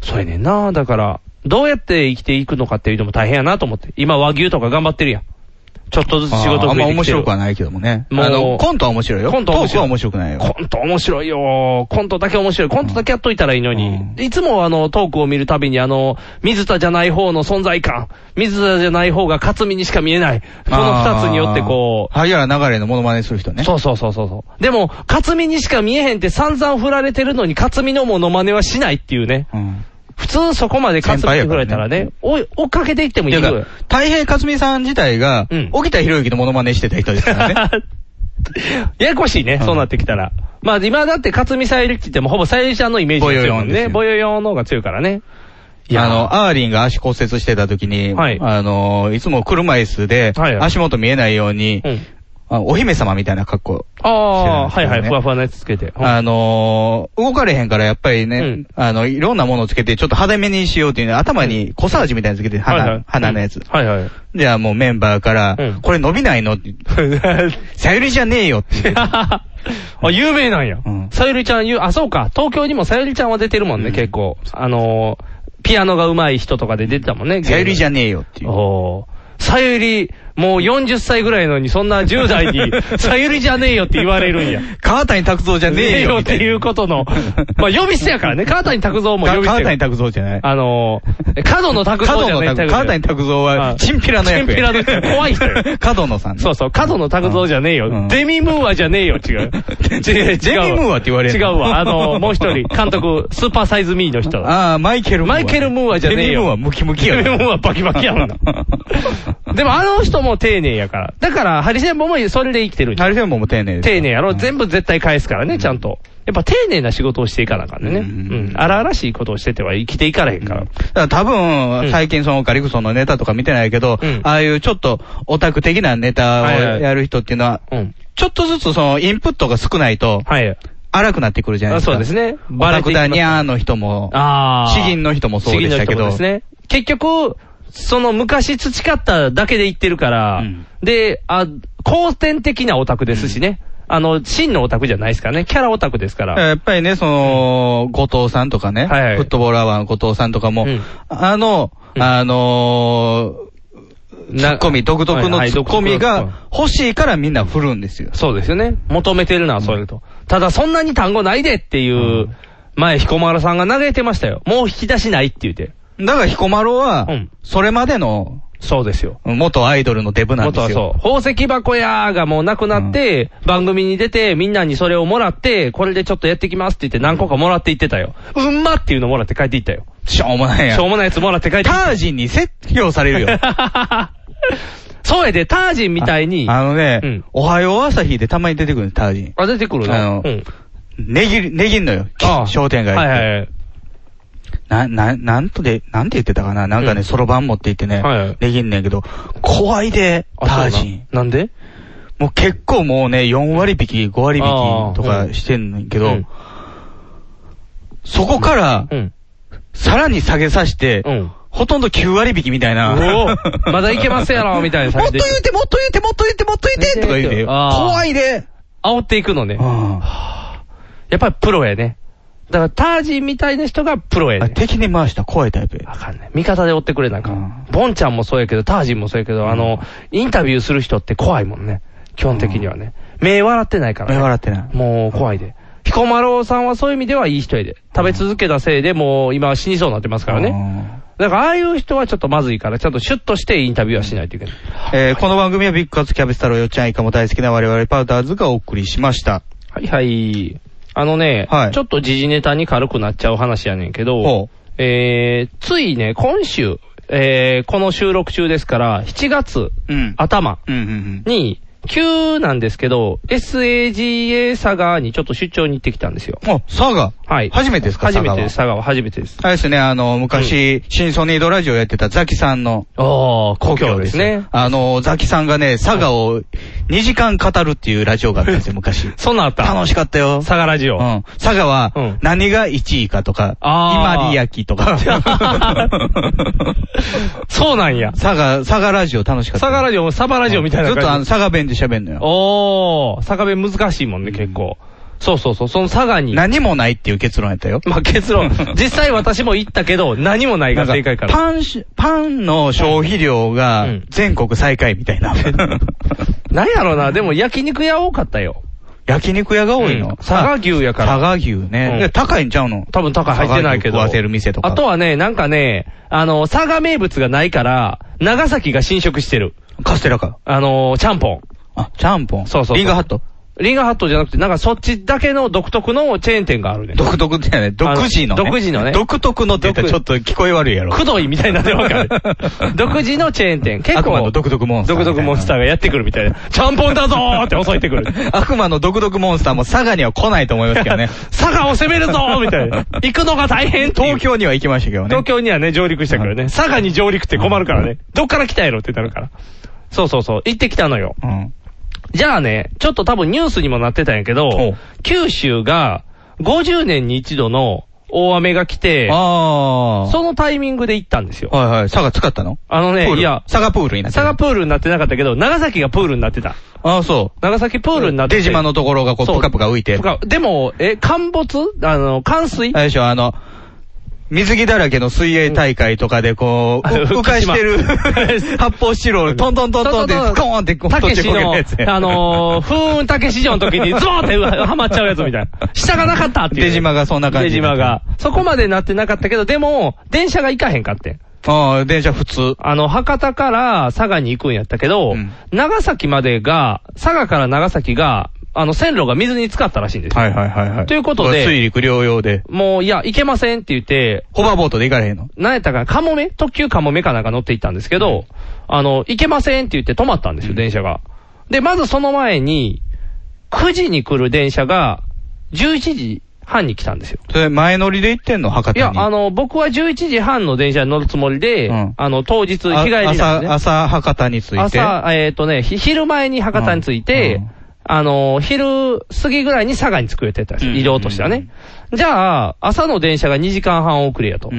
B: そうやねんな。だから、どうやって生きていくのかっていうのも大変やなと思って。今和牛とか頑張ってるやん。ちょっとずつ仕事
C: ああ
B: 増
C: んま
B: えて
C: 面
B: きてる。
C: 白くはないけどもね。
B: もう
C: あの、コントは面白いよ。
B: コントは面白い
C: トークは面白くないよ。
B: コント面白いよ。コントだけ面白い。コントだけやっといたらいいのに。いつもあの、トークを見るたびにあの、水田じゃない方の存在感。水田じゃない方が勝見にしか見えない。この二つによってこ
C: う。萩原流れのモノマネする人ね。
B: そうそうそうそう。う。でも、勝見にしか見えへんって散々振られてるのに、勝見のモノマネはしないっていうね。普通そこまで勝見って振られたらね、おい追っかけていってもいい
C: ていう
B: よ
C: か。太平克美さん自体が、沖田博之のモノマネしてた人ですからね。
B: ややこしいね、そうなってきたら。まあ今だって勝見さゆりってもほぼさゆりちゃんのイメージが強いもんね。ボヨヨンの方が強いからね。
C: あの、アーリンが足骨折してた時に、い、あの、いつも車椅子で、足元見えないように、あお姫様みたいな格好。
B: ああ、
C: 知ら
B: は
C: なですよ
B: いはい
C: ね
B: い、ふわふわなやつつけて。
C: あのー動かれへんからやっぱりね、あの、いろんなものをつけて、ちょっと派手めにしようっていうね、頭にコサージュみたいなのつけて、鼻、
B: はいはい
C: 鼻のやつ。
B: はい はい。
C: じゃあもうメンバーから、これ伸びないのって。さゆりじゃねえよって。
B: あ、有名なんや。さゆりちゃん言う、あ、そうか。東京にもさゆりちゃんは出てるもんね、結構。あのー、ピアノが上手い人とかで出てたもんね。
C: さゆりじゃ
B: ん。
C: ねえよっていう。
B: おーさゆり、もう40歳ぐらいのに、そんな10代に、 さゆりじゃねえよって言われるんや。
C: 川谷拓三じゃねえよ
B: っ
C: みた
B: て
C: いな。
B: いうことの、まあ呼び捨てやからね、川谷拓三も呼
C: か
B: び捨
C: 川
B: て
C: 谷
B: や。
C: 拓三じゃない。
B: あのー、角野拓三じゃ
C: 角
B: ねえ
C: 野拓川谷拓三は、チンピラの役
B: チンピラの
C: や
B: 人怖い人よ。
C: 角野さんね。
B: そうそう、角野拓三じゃねえよ。デミムーアじゃねえよ、違う。違う
C: デミムーアって言われる
B: 違うわ。あの、もう一人、監督、スーパーサイズミーの人。
C: ああ、マイケルムーア。
B: マイケル・ムーアじゃねえよ。
C: デミムーアムキムキや
B: デ
C: な
B: ミムーアバキバキや もんな。でもあの人も丁寧やから。だから、ハリセンボンもそれで生きてるんじゃん
C: ハリセンボンも丁寧です。
B: 丁寧やろ。全部絶対返すからね、ちゃんと。やっぱ丁寧な仕事をしていかなあかんでね。うん。荒々しいことをしてては生きていかれへんから。
C: だから多分、最近そのガリクソンのネタとか見てないけど、ああいうちょっとオタク的なネタを
B: はいはい
C: やる人っていうのは、ちょっとずつそのインプットが少ないと、荒くなってくるじゃないですか。
B: あそうですね
C: バ
B: バ
C: ラ
B: ラけて
C: ク
B: いきま
C: ダ
B: す
C: ニャーの人も、
B: ああ。
C: 詩吟の人もそうでしたけ
B: 詩吟の人も
C: ど
B: で、すね。結局、その昔培っただけで言ってるから、で、あ、後天的なオタクですしね。あの、真のオタクじゃないですからね。キャラオタクですから。
C: やっぱりね、その、後藤さんとかね、フットボールアワーの後藤さんとかも、あの、あのー、ツッコミ、独特の
B: はいはい
C: ツッコミ
B: 独
C: が欲しいからみんな振るんですよ。
B: そうですよね。求めてるのはそれと。ただ、そんなに単語ないでっていう、前、彦摩呂さんが嘆いてましたよ。もう引き出しないって言って。
C: だから彦摩呂は、それまでの、
B: そうですよ。
C: 元アイドルのデブなんですよ。
B: 元はそう。宝石箱やーがもうなくなって、番組に出て、みんなにそれをもらって、これでちょっとやってきますって言って何個かもらっていってたよ。うんまっていうのもらって帰っていったよ。
C: しょうもないやん
B: しょうもないやつもらって帰って
C: タージンに説教されるよ。
B: そうやで、タージ ンみたいに。
C: あのね、おはよう朝日でたまに出てくるんですタージン。
B: あ、出てくる
C: あの
B: ね。うん。
C: ねぎる、ねぎんのよ。商店街。
B: はいはいはい。
C: な、な、なんとで、なんて言ってたかななんかね、そろばん持って行ってね、ねぎんねんけど、怖いで、タージン。
B: なんで
C: もう結構もうね、4割引き、5割引きとかしてんねんけど、そこから、さらに下げさして、ほとんど9割引きみたいな。
B: おおまだいけますやろみた いな
C: もっ
B: 感
C: と
B: じで
C: 言うて、もっと言うて、もっと言うて、もっと言うて、とか言うて、
B: あー
C: 怖いで。
B: 煽っていくのね。はあやっぱりプロやね。だから、タージンみたいな人がプロやね。
C: 敵に回した怖いタイプ
B: あかんね。味方で追ってくれなあかん。ボンちゃんもそうやけど、タージンもそうやけど、あの、インタビューする人って怖いもんね。基本的にはね。目笑ってないからね。
C: 目笑ってない。
B: もう怖いで。彦摩呂さんはそういう意味ではいい人やで。食べ続けたせいでもう今死にそうになってますからね。だからああいう人はちょっとまずいから、ちゃんとシュッとしてインタビューはしないといけない。
C: えーこの番組はビッグカツキャベツ太郎よっちゃん以下も大好きな我々パウダーズがお送りしました。
B: はいはい。あのね、ちょっと時事ネタに軽くなっちゃう話やねんけど、えー、ついね、今週、えー、この収録中ですから、7月、頭に、急なんですけど、SAGA 佐賀にちょっと出張に行ってきたんですよ。
C: あ、佐賀
B: はい。
C: 初めてですか
B: 初
C: 佐賀
B: め
C: は
B: てです、佐賀は初めてです。
C: あれですね、あの、昔、新ソニードラジオやってたザキさんの。
B: ああ、故
C: 郷
B: ですね。
C: あの、ザキさんがね、佐賀を2時間語るっていうラジオがあったんです よ、昔。
B: そんなんあった
C: 楽しかったよ。佐
B: 賀ラジオ。
C: うん。佐賀は、何が1位かとか、
B: あー
C: 今里焼と か。
B: そうな んや。
C: 佐賀、佐賀ラジオ楽しかった。
B: 佐賀ラジオ、サバラジオみたいな
C: ずっ
B: 感じ。
C: とあの佐賀弁で喋んのよ。
B: おー、佐賀弁難しいもんね、結構。そうそうそう、その佐賀に。
C: 何もないっていう結論やったよ。
B: まあ 結論、実際私も行ったけど、何もないが正解から。
C: パンし、パンの消費量が全国最下位みたい な。
B: なんやろな、でも焼肉屋多かったよ。
C: 焼肉屋が多いの、
B: うん佐賀牛やから
C: 佐賀牛ね。
B: うん
C: いや高いんちゃうの
B: 多分高い入ってないけ
C: 佐賀牛食
B: ど。
C: わせる店とか。
B: あとはね、なんかね、あの、佐賀名物がないから、長崎が侵食してる。
C: カステラか。
B: あの、ちゃんぽん。
C: あ、ちゃんぽん
B: そうそうそう
C: リンガーハット
B: リンガーハットじゃなくて、なんかそっちだけの独特のチェーン店があるね。
C: 独特じゃない、独自の、ね。
B: あの独自のね
C: 独特のって言ったらちょっと聞こえ悪いやろ。
B: くどいみたいになってわかる。 独自のチェーン店。結構。
C: 悪魔の独特モンスターみ
B: 独
C: たいな
B: 特モンスターがやってくるみたいな。ちゃんぽんだぞーって襲いてくる。
C: 悪魔の独特モンスターも佐賀には来ないと思いますけど ね。
B: 佐賀を攻めるぞーみたいな。行くのが大変っていう
C: 東京には行きましたけどね
B: 東。京にはね、上陸したからね。佐賀に上陸って困るからね。どっから来たやろってなるから。そうそうそう。行ってきたのよ。
C: うん。
B: じゃあね、ちょっと多分ニュースにもなってたんやけど、九州が50年に一度の大雨が来て、
C: ああ。
B: そのタイミングで行ったんですよ。
C: はいはい。佐賀使ったの
B: あの
C: プー
B: ね、
C: ル
B: いや、
C: 佐賀プールになって
B: 佐
C: る
B: 賀プールになってなかったけど、長崎がプールになってた。
C: ああ、そう。
B: 長崎プールになってて。
C: 出島のところがこう、
B: そう
C: ぷかぷか浮いて。
B: ぷかでも、え、陥没あの、冠水
C: あれでしょ、あの、水着だらけの水泳大会とかでこう、
B: あの
C: う浮かしてる発泡スチ ロール、トントントントンって、
B: そうそうそう
C: スコーンってこう、
B: た
C: 太っ
B: け
C: ち
B: し
C: こける
B: の、
C: やつね
B: あのー、ふーんたけし城 の時にズボーンってはまっちゃうやつみたいな。下がなかったっていう。
C: 出島がそんな感じ
B: 出島が。そこまでなってなかったけど、でも、電車が行かへんかってん。
C: ああ、電車普通。
B: あの、博多から佐賀に行くんやったけど、長崎までが、佐賀から長崎が、あの、線路が水に浸かったらしいんですよ。
C: はいはいはいはい。
B: ということで
C: 水陸両用で。
B: もう、いや、行けませんって言って、
C: ホバーボートで行かれへんの
B: なんやったかな、カモメ特急カモメかなんか乗って行ったんですけど、あの、行けませんって言って止まったんですよ、電車が。で、まずその前に、9時に来る電車が、11時半に来たんですよ。
C: それ前乗りで行ってんの博多に。
B: いや、あの、僕は11時半の電車に乗るつもりで、
C: ん
B: あの、当日、日帰りなんです、ね。
C: 朝、朝博多に着いて。
B: 朝、えっ、とね、ひ昼前に博多に着いて、あのー、昼過ぎぐらいに佐賀に着く予定だったんです移動としてはね。じゃあ、朝の電車が2時間半遅れやと。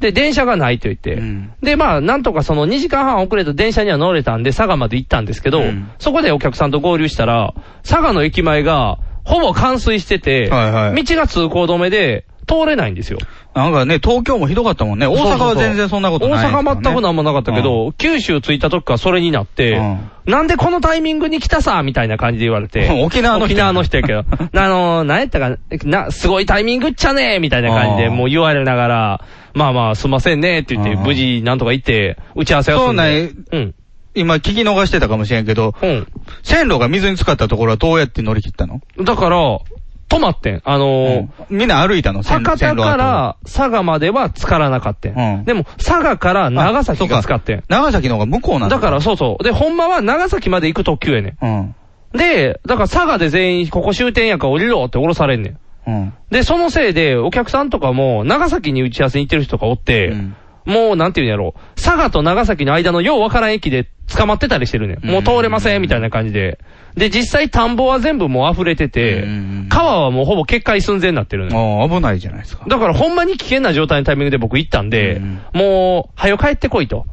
B: で、電車がないと言って。で、まあ、なんとかその2時間半遅れと電車には乗れたんで、佐賀まで行ったんですけど、そこでお客さんと合流したら、佐賀の駅前が、ほぼ冠水してて、
C: はいはい
B: 道が通行止めで、通れないんですよ。
C: なんかね、東京もひどかったもんね。大阪は全然そんなことない、。
B: 大阪全くなんもなかったけど、九州着いた時からそれになって、なんでこのタイミングに来たさみたいな感じで言われて
C: 沖縄の人
B: 沖縄の人や けど。あのー、なんやったかな、な、すごいタイミングっちゃねみたいな感じで、
C: あー
B: もう言われながら、まあまあ、すいませんねって言って、無事なんとか行って、打ち合わせを
C: そ
B: す
C: う
B: る
C: ね、
B: うん。
C: 今聞き逃してたかもしれんけど、線路が水に浸かったところはどうやって乗り切ったの
B: だから、止まってん。あのー
C: みんな歩いたの線
B: 博
C: 線路
B: 多か
C: は
B: ら佐賀までは浸からなかったん。でも、佐賀から長崎が使ってん。
C: 長崎の方が向こうなん
B: だからそうそう。で、ほんまは長崎まで行く特急やねん。
C: うん。
B: で、だから佐賀で全員ここ終点やから降りろって降ろされんねん。
C: うん。
B: で、そのせいで、お客さんとかも、長崎に打ち合わせに行ってる人とかおって、もう、なんていうんやろ佐賀と長崎の間のようわからん駅で捕まってたりしてるねん。もう通れません、みたいな感じで。で、実際田んぼは全部もう溢れてて、川はもうほぼ決壊寸前になってるねん。
C: ああ、危ないじゃないですか。
B: だからほんまに危険な状態のタイミングで僕行ったんで、もう、早よ帰ってこいと。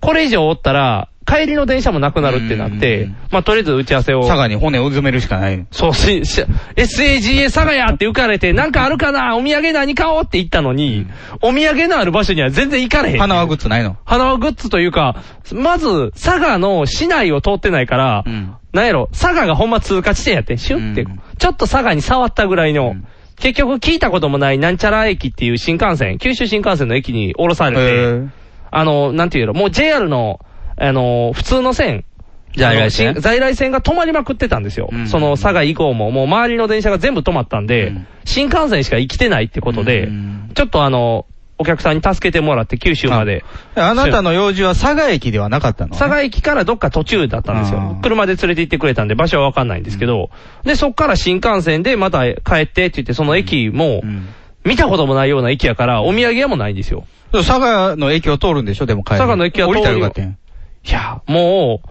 B: これ以上おったら、帰りの電車もなくなるってなって、まあ、とりあえず打ち合わせを。
C: 佐賀に骨を埋めるしかない。
B: そう、し、し、SAGA 佐賀やって浮かれて、なんかあるかなお土産何買おうって言ったのに、お土産のある場所には全然行かれへん。
C: 花輪グッズないの
B: 花輪グッズというか、まず、佐賀の市内を通ってないから、なんやろ、佐賀がほんま通過地点やって、シュンって、ちょっと佐賀に触ったぐらいの、結局聞いたこともないなんちゃら駅っていう新幹線、九州新幹線の駅に降ろされて、あの、なんていうの、もう JR の、あの、普通の線、
C: 在来線
B: あの新在来線が止まりまくってたんですよ。その佐賀以降も、もう周りの電車が全部止まったんで、新幹線しか生きてないってことで、ちょっとあの、お客さんに助けてもらって九州まで。
C: あなたの用事は佐賀駅ではなかったの
B: 佐賀駅からどっか途中だったんですよ。車で連れて行ってくれたんで場所はわかんないんですけど、で、そっから新幹線でまた帰ってって言って、その駅も、見たこともないような駅やから、お土産屋もないんですよ。
C: 佐賀の駅を通るんでしょでも帰る。
B: 佐賀の駅は
C: 降
B: 通るよ
C: りたらよかったやん。
B: いや、もう、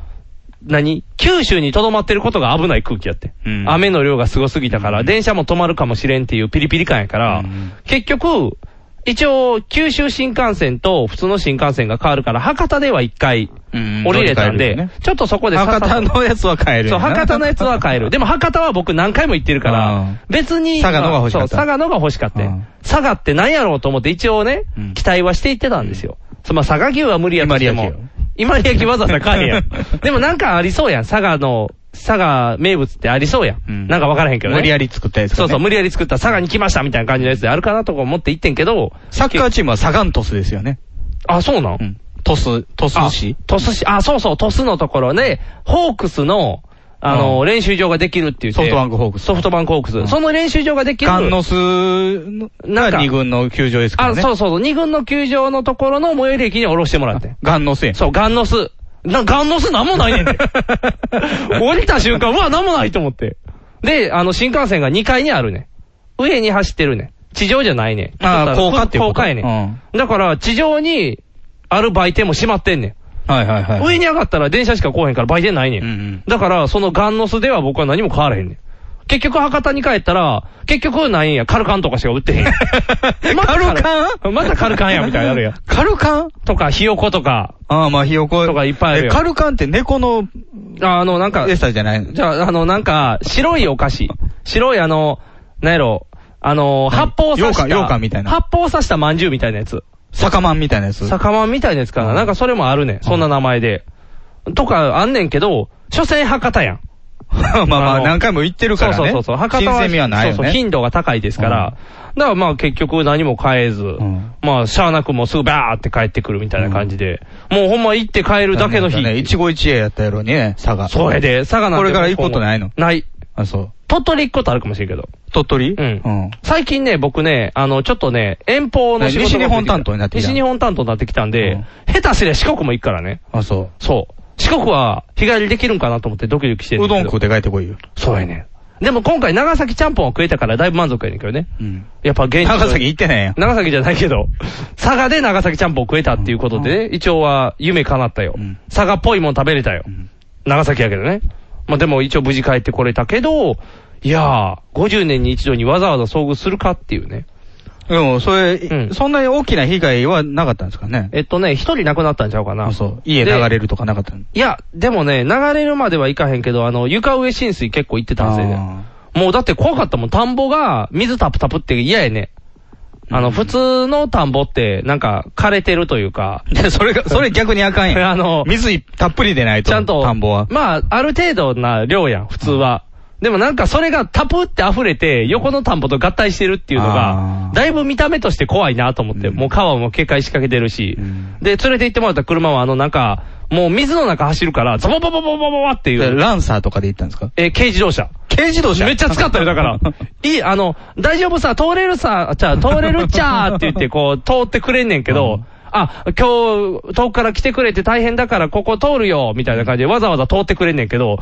B: 何九州に留まってることが危ない空気やって。
C: ん
B: 雨の量がすごすぎたから、電車も止まるかもしれんっていうピリピリ感やから、結局、一応、九州新幹線と普通の新幹線が変わるから、博多では一回
C: ん
B: 降りれたん
C: 乗り換え
B: で、
C: るよね
B: ちょっとそこで
C: 博多のやつは帰る
B: そ
C: よな
B: う、博多のやつ は買え る。でも博多は僕何回も行ってるか
C: う
B: ら
C: ん、
B: 別に、
C: 佐賀のが欲しかった
B: そう佐賀のが欲しかった。佐賀って何やろうと思って一応ね、期待はして行ってたんですよ。そうまあ佐賀牛は無理やとしても。今焼きわざわざ買えへん やん。でもなんかありそうやん。佐賀の、佐賀名物ってありそうやん。なんかわからへんけどね。
C: 無理やり作ったやつ、ね。
B: そうそう、無理やり作った佐賀に来ましたみたいな感じのやつであるかなとか思って行ってんけど、
C: サッカーチームはサガントスですよね。
B: あ、そうなん、
C: トス、トス市
B: 鳥栖市、あ、そうそう、鳥栖のところで、ホークスの、あの、
C: うん
B: 練習場ができるっていう
C: ソフトバンクホークス
B: ソフトバンクホークス。その練習場ができる。
C: ガンノスの
B: なん
C: が
B: か
C: 二軍の球場ですから
B: あ、
C: ね。
B: そうそうそう、二軍の球場のところの最寄り駅に降ろしてもらってん。
C: ガンノスやん。
B: そう、ガンノス。な、ガンノスなんもないねんて。 降りた瞬間、うわ、なんもないと思って。で、あの、新幹線が2階にあるねん。上に走ってるねん。地上じゃないねん。
C: あー高架っていうこと
B: 高架やねん。だから、地上にある売店も閉まってんねん。
C: はいはいはい。
B: 上に上がったら電車しか来おへんから売店ないねん。だから、そのガンノスでは僕は何も買われへんねん。結局、博多に帰ったら、結局、なんや、カルカンとかしか売っ てへん。またカルカンまたカルカンや、みたいになるやん。
C: カルカン
B: とか、ひよことか、
C: ああ、まあ、ひよこ。
B: とかいっぱいある
C: え
B: よ
C: カルカンって猫の
B: ああの、なんか、
C: 餌じゃないの
B: じゃあ、あの、なんか、白いお菓子。白い、あの、なんやろ、あの、発泡さした。
C: 羊羹羊羹みたいな
B: 発泡さした饅頭みたいなやつ。
C: 酒まんみたいなやつ。
B: 酒まんみたいなやつかな。なんかそれもあるねん。そんな名前で。とか、あんねんけど、所詮博多やん。
C: まあま
B: あ
C: あ、
B: の
C: 何回も行ってるからね。
B: そうそうそうそう。博多
C: 新鮮味はないよね。
B: そうそう、頻度が高いですから。だからまあ結局何も変えず、まあしゃあなくもうすぐバーって帰ってくるみたいな感じで、もうほんま行って帰るだけの日。
C: ね、一期一会やったやろね、佐賀。
B: それで、佐賀なんて
C: これから行くことないの
B: ない。
C: あ、そう。
B: 鳥取行くことあるかもしれんけど。
C: 鳥取
B: うん。
C: うん。
B: 最近ね、僕ね、あの、ちょっとね、遠方の仕事が
C: 西日本担当になってきた
B: 西日本担当になってきたんで、下手すりゃ四国も行くからね。
C: あ、そ
B: そう。四国は日帰りできるんかなと思ってドキドキしてる
C: う。うどん
B: ですけ
C: 食うて帰ってこいよ。
B: そうやねん。でも今回長崎ちゃんぽんを食えたからだいぶ満足やねんけどね。
C: うん。
B: やっぱ現地の
C: 長崎行ってないやん。
B: 長崎じゃないけど、佐賀で長崎ちゃんぽん食えたっていうことで、ね、一応は夢叶ったよ。佐賀っぽいもん食べれたよ。長崎やけどね。まあでも一応無事帰ってこれたけど、いやー、50年に一度にわざわざ遭遇するかっていうね。
C: でも、それ、
B: うん
C: そんなに大きな被害はなかったんですかね。
B: えっとね、一人亡くなったんちゃうかな。
C: あ、そう。家流
B: で
C: れるとかなかったの
B: いや、でもね、流れるまではいかへんけど、あの、床上浸水結構行ってたんですよね。もうだって怖かったもん。田んぼが水タプタプって嫌やね。あの、普通の田んぼって、なんか枯れてるという か、
C: で それが、それ逆にあかんやん。
B: あの、
C: 水いたっぷりでないと。
B: ちゃんと、
C: 田んぼは。
B: まあ、ある程度な量やん、普通は。でもなんかそれがタプって溢れて、横の田んぼと合体してるっていうのが
C: あ、ー
B: だいぶ見た目として怖いなと思って、もう川も警戒仕掛けてるし、で、連れて行ってもらった車はあのなんか、もう水の中走るから、ザボボボボボボボってい
C: で
B: う、
C: ランサーとかで行ったんですか
B: えー軽自動車。
C: 軽自動車
B: めっちゃ使ったよ、だから。いい、あの、大丈夫さ、通れるさ、じゃあ通れるっちゃーって言って、こう、通ってくれんねんけど、あ、今日、遠くから来てくれて大変だから、ここ通るよ、みたいな感じで、わざわざ通ってくれんねんけど、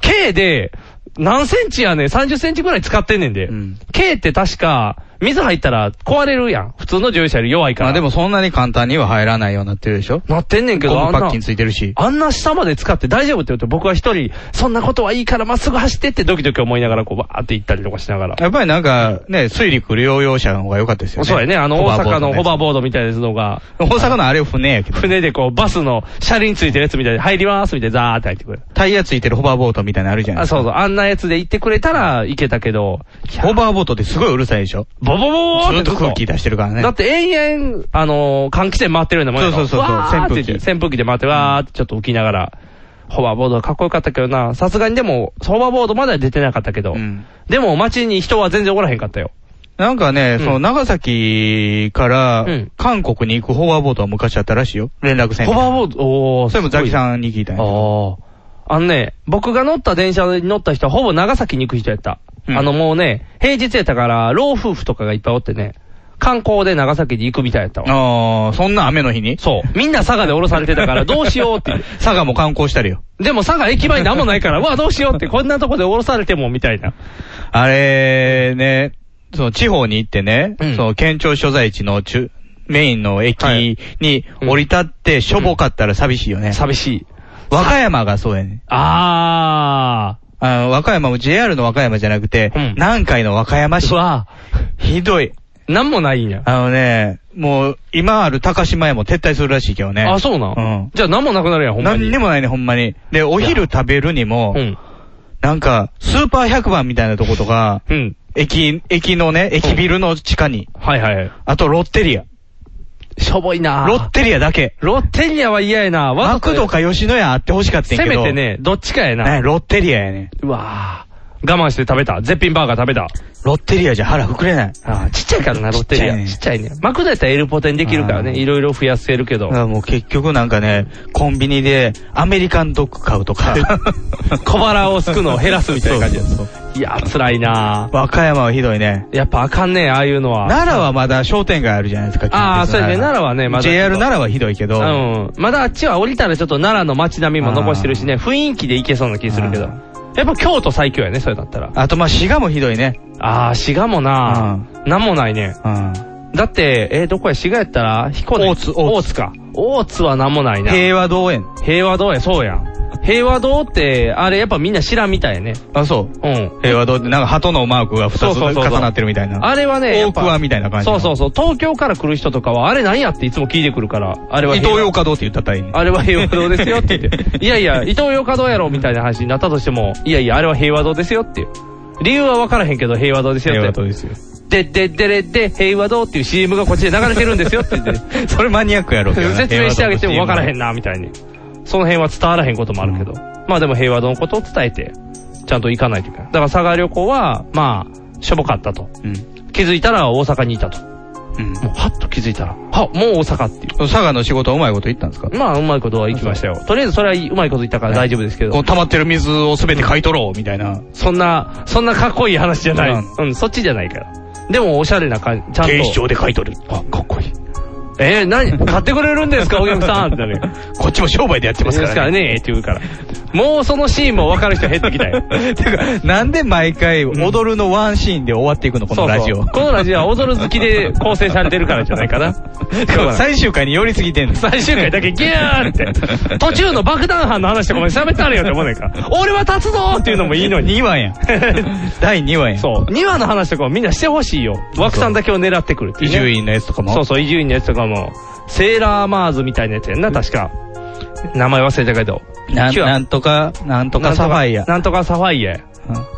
B: 軽で、何センチやねん、30センチぐらい使ってんねんで。K って確か、水入ったら壊れるやん。普通の乗用車より弱いか
C: ま
B: ら。
C: あでもそんなに簡単には入らないようになってるでしょ
B: なってんねんけど、
C: ゴム
B: あんな
C: パッキンついてるし。
B: あんな下まで使って大丈夫って言うと僕は一人、そんなことはいいからまっすぐ走ってってドキドキ思いながらこうバーって行ったりとかしながら。
C: やっぱりなんか、ね、水陸両用車の方が良かったですよね。
B: そうやね、あの大阪のホバ
C: ー
B: ーボードみたいなやつのが。
C: 大阪のあれ船やけど。
B: 船でこうバスの車輪ついてるやつみたいで入りますみたいでザーって入ってくる。
C: タイヤついてるホバーボートみたいなのあるじゃない
B: あ、
C: ですか。
B: そうそう。あんなやつで行ってくれたら行けたけど。
C: ホバーボートってすごいうるさいでしょ
B: ボボボボー
C: ず
B: っ
C: ってと空気出してるからね。
B: だって延々、あのー、換気扇回ってるようなもんやろ
C: そうそうそうそう
B: わーって
C: 扇風機
B: 扇風機で回って、わーってちょっと浮きながら。ホバーボードかっこよかったけどな。さすがにでも、ホバーボードまでは出てなかったけど。でも街に人は全然おらへんかったよ。
C: なんかね、
B: うん
C: その長崎から
B: うん
C: 韓国に行くホバーボートは昔あったらしいよ。連絡船。
B: ホバーボード、おー、
C: それもザキ
B: ん。
C: さんに聞いたんや。
B: ああ。あのね、僕が乗った電車に乗った人はほぼ長崎に行く人やった。あのもうね、平日やったから、老夫婦とかがいっぱいおってね、観光で長崎に行くみたいやったわ。
C: ああ、そんな雨の日に
B: そう。みんな佐賀で降ろされてたから、どうしようって。
C: 佐賀も観光したりよ。
B: でも佐賀駅前なんもないから、うわ、どうしようって、こんなとこで降ろされても、みたいな。
C: あれね、その地方に行ってね、その県庁所在地の中、メインの駅に降り立ってしょぼかったら寂しいよね。
B: 寂しい。
C: 和歌山がそうやね。
B: あ
C: あの、和歌山も JR の和歌山じゃなくて、南海の和歌山市
B: ー。。わ
C: ひどい。
B: ー、なんもないんや。
C: あのね、もう、今ある高島屋も撤退するらしいけどね。
B: あ、そうな
C: うんん。
B: じゃあなんもなくなるやん、ほんま
C: 何
B: に。
C: にもないね、ほんまに。で、お昼食べるにも、
B: うん。
C: なんか、スーパー100番みたいなとことか、
B: うん。
C: 駅、駅のね、駅ビルの地下に、
B: はいはい。
C: あとロッテリア。
B: しょぼいな
C: ロッテリアだけ。
B: ロッテリアは嫌やなわ
C: マ
B: ざと
C: クドか吉野家あってほしかったん
B: せ
C: やけ
B: め
C: ど。
B: てね、どっちか
C: ね。
B: やな。
C: ロッテリアやね。
B: うわー。我慢して食べた。絶品バーガー食べた。
C: ロッテリアじゃ腹膨れない。
B: あーちっちゃいからな、ロッテリア。
C: ち
B: ち
C: っ
B: っちゃいね。マクドやったらエルポテンできるから
C: あ
B: ね。
C: ー
B: いろいろ増やせるけど
C: だか。らもう結局なんかね、コンビニでアメリカンドッグ買うと か。
B: 小腹をすくのを減らすみたいな感じやいやー、辛いな
C: 和歌山はひどいね。
B: やっぱあかんねああいうのは。
C: 奈良はまだ商店街あるじゃないですか。
B: ああ、そうやね。奈良はね、まだ。
C: JR 奈良はひどいけど。
B: うん。まだあっちは降りたらちょっと奈良の街並みも残してるしね、雰囲気で行けそうな気するけど。やっぱ京都最強やね、それだったら。
C: あとまあ滋賀もひどいね。
B: ああ、滋賀もな、なんもないね。
C: うん。
B: だって、えー、どこや、滋賀やったら彦根。
C: 大津
B: 大津か。大津はなんもないな。
C: 平和道園。
B: 平和堂や、そうやん。平和堂って、あれやっぱみんな知らんみたいやね。
C: あ、そう。
B: うん。
C: 平和堂ってなんか鳩のマークが
B: そう
C: 2つ
B: そうそうそう
C: 重なってるみたいな。
B: あれはね、や
C: 大
B: っぱ
C: 桑みたいな感じ。
B: そうそうそう。東京から来る人とかは、あれ何やっていつも聞いてくるから、あれは
C: 伊
B: 平
C: 東
B: 和
C: 洋華堂って言ったったらいいね。
B: あれは平和堂ですよって言って。 いやいや、伊東洋華堂やろみたいな話になったとしても、いやいや、あれは平和堂ですよっていう。理由は分からへんけど、平和堂ですよって。
C: 平和堂ですよ。
B: で、で、でれで、平和堂っていう CM がこっちで流れてるんですよって言っ て。
C: それマニアックやろうけどな
B: 説明してあげても分からへん
C: 平
B: な、みたいに。その辺は伝わらへんこともあるけど。まあでも平和堂のことを伝えて、ちゃんと行かないといけない。だから佐賀旅行は、まあ、しょぼかったと。
C: 和堂の CM
B: 気づいたら大阪にいたと。も
C: うん。
B: う、はっと気づいたら、は、もう大阪っていう。
C: うん。佐賀の仕事はうまいこと言ったんですか
B: まあ、うまいことは行きましたよ。とりあえずそれはうまいこと言ったから大丈夫ですけど。
C: こう溜まってる水をすべて買い取ろう、みたいな。
B: そんな、そんなかっこいい話じゃない。
C: う
B: うん、そっちじゃないから。でも、おしゃれな感じ、ちゃんと。
C: 警視庁で買い取る。
B: あ、かっこいい。えー、何、 買ってくれるんですか、お客さんってなるよ。
C: こっちも商売でやって
B: で
C: ますす
B: か
C: かららね。
B: ね、って言うから。もうそのシーンも分かる人減ってきたよ。
C: てか、なんで毎回踊るのワンシーンで終わっていくの、このラジ
B: そ
C: オ
B: うそう。このラジオは踊る好きで構成されてるからじゃないかな。最
C: 最終回に寄りすぎてんの。
B: 最終回だけギューって。途中の爆弾犯の話とかも喋ったれよって思うねんから。俺は立つぞーっていうのもいいのに。
C: 2話やん。第2話やん。
B: そう。2話の話とかもみんなしてほしいよ。枠さんだけを狙ってくるってい
C: 伊
B: うね
C: 集院のやつとかも。
B: そうそう、伊集院のやつとかも、セーラーマーズみたいなやつやんな、確か。名前忘れたけど。
C: なん
B: キュア
C: なんとか、なんとかサファイア。
B: なんとかサファイアや。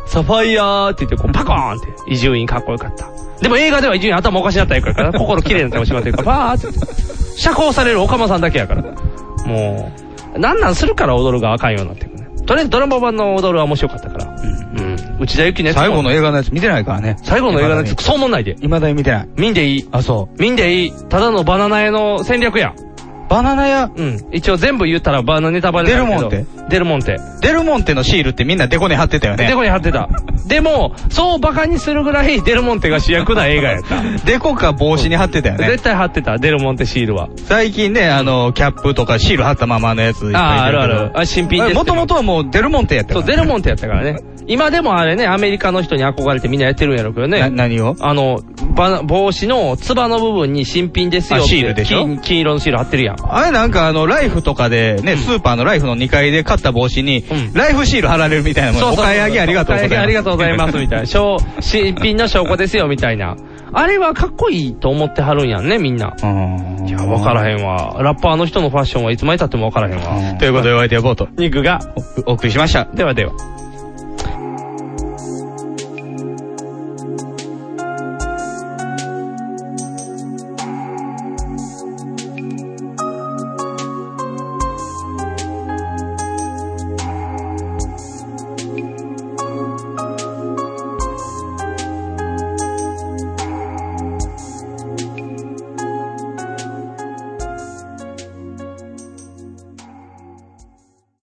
B: サファイアーって言って、こう、パコーンって。伊集院かっこよかった。でも映画では伊集院頭おかしなったやから、心綺麗な顔しまって るから、バーって。釈放される岡間さんだけやから。もう、なんなんするから踊るがあかんようになってくるね。とりあえずドラマ版の踊るは面白かったから。うん。内田有紀のやつも
C: 最後の映画のやつ見てないからね。
B: 最後の映画のやつ、そうもんないで。
C: 未だに見てない。
B: 見んでいい。
C: あ、そう。
B: 見んでいい。ただのバナナ屋の戦略や。
C: バナナ屋
B: うん。一応全部言ったらバナネタバレ
C: デル
B: にな
C: モ
B: る
C: ン
B: け
C: テ
B: ど。デルモンテ。
C: デルモンテのシールってみんなデコネ貼ってたよね。
B: デコに貼っ てた。でも、そうバカにするぐらいデルモンテが主役な映 画やった。
C: デコか帽子に貼ってたよね。
B: 絶対貼ってた、デルモンテシールは。
C: 最近ね、あの、キャップとかシール貼ったままのやついっぱ
B: ああ、
C: い出
B: ある
C: て
B: あ
C: けど
B: る。あ新品ですけど。
C: もともとはもうデルモンテやった
B: そ
C: か
B: う、
C: ら。
B: デルモンテやったからね。今でもあれね、アメリカの人に憧れてみんなやってるんやろうけどね。
C: な何を
B: あの、ば帽子のつばの部分に新品ですよって。
C: あシールでしょ
B: 金金色のシール貼ってるやん。
C: あれなんかあの、ライフとかでね、スーパーのライフの2階で買った帽子に、ライフシール貼られるみたいなもん。お買い上げありがとうございます。
B: お買い上げありがとうございます、みたいな。証新品の証拠ですよ、みたいな。あれはかっこいいと思ってはるんやんね、みんな。いや、わからへんわ。ラッパーの人のファッションはいつまでたってもわからへんわ。
C: ということでお相手はボート。
B: 肉が。
C: お送りしました。
B: ではでは。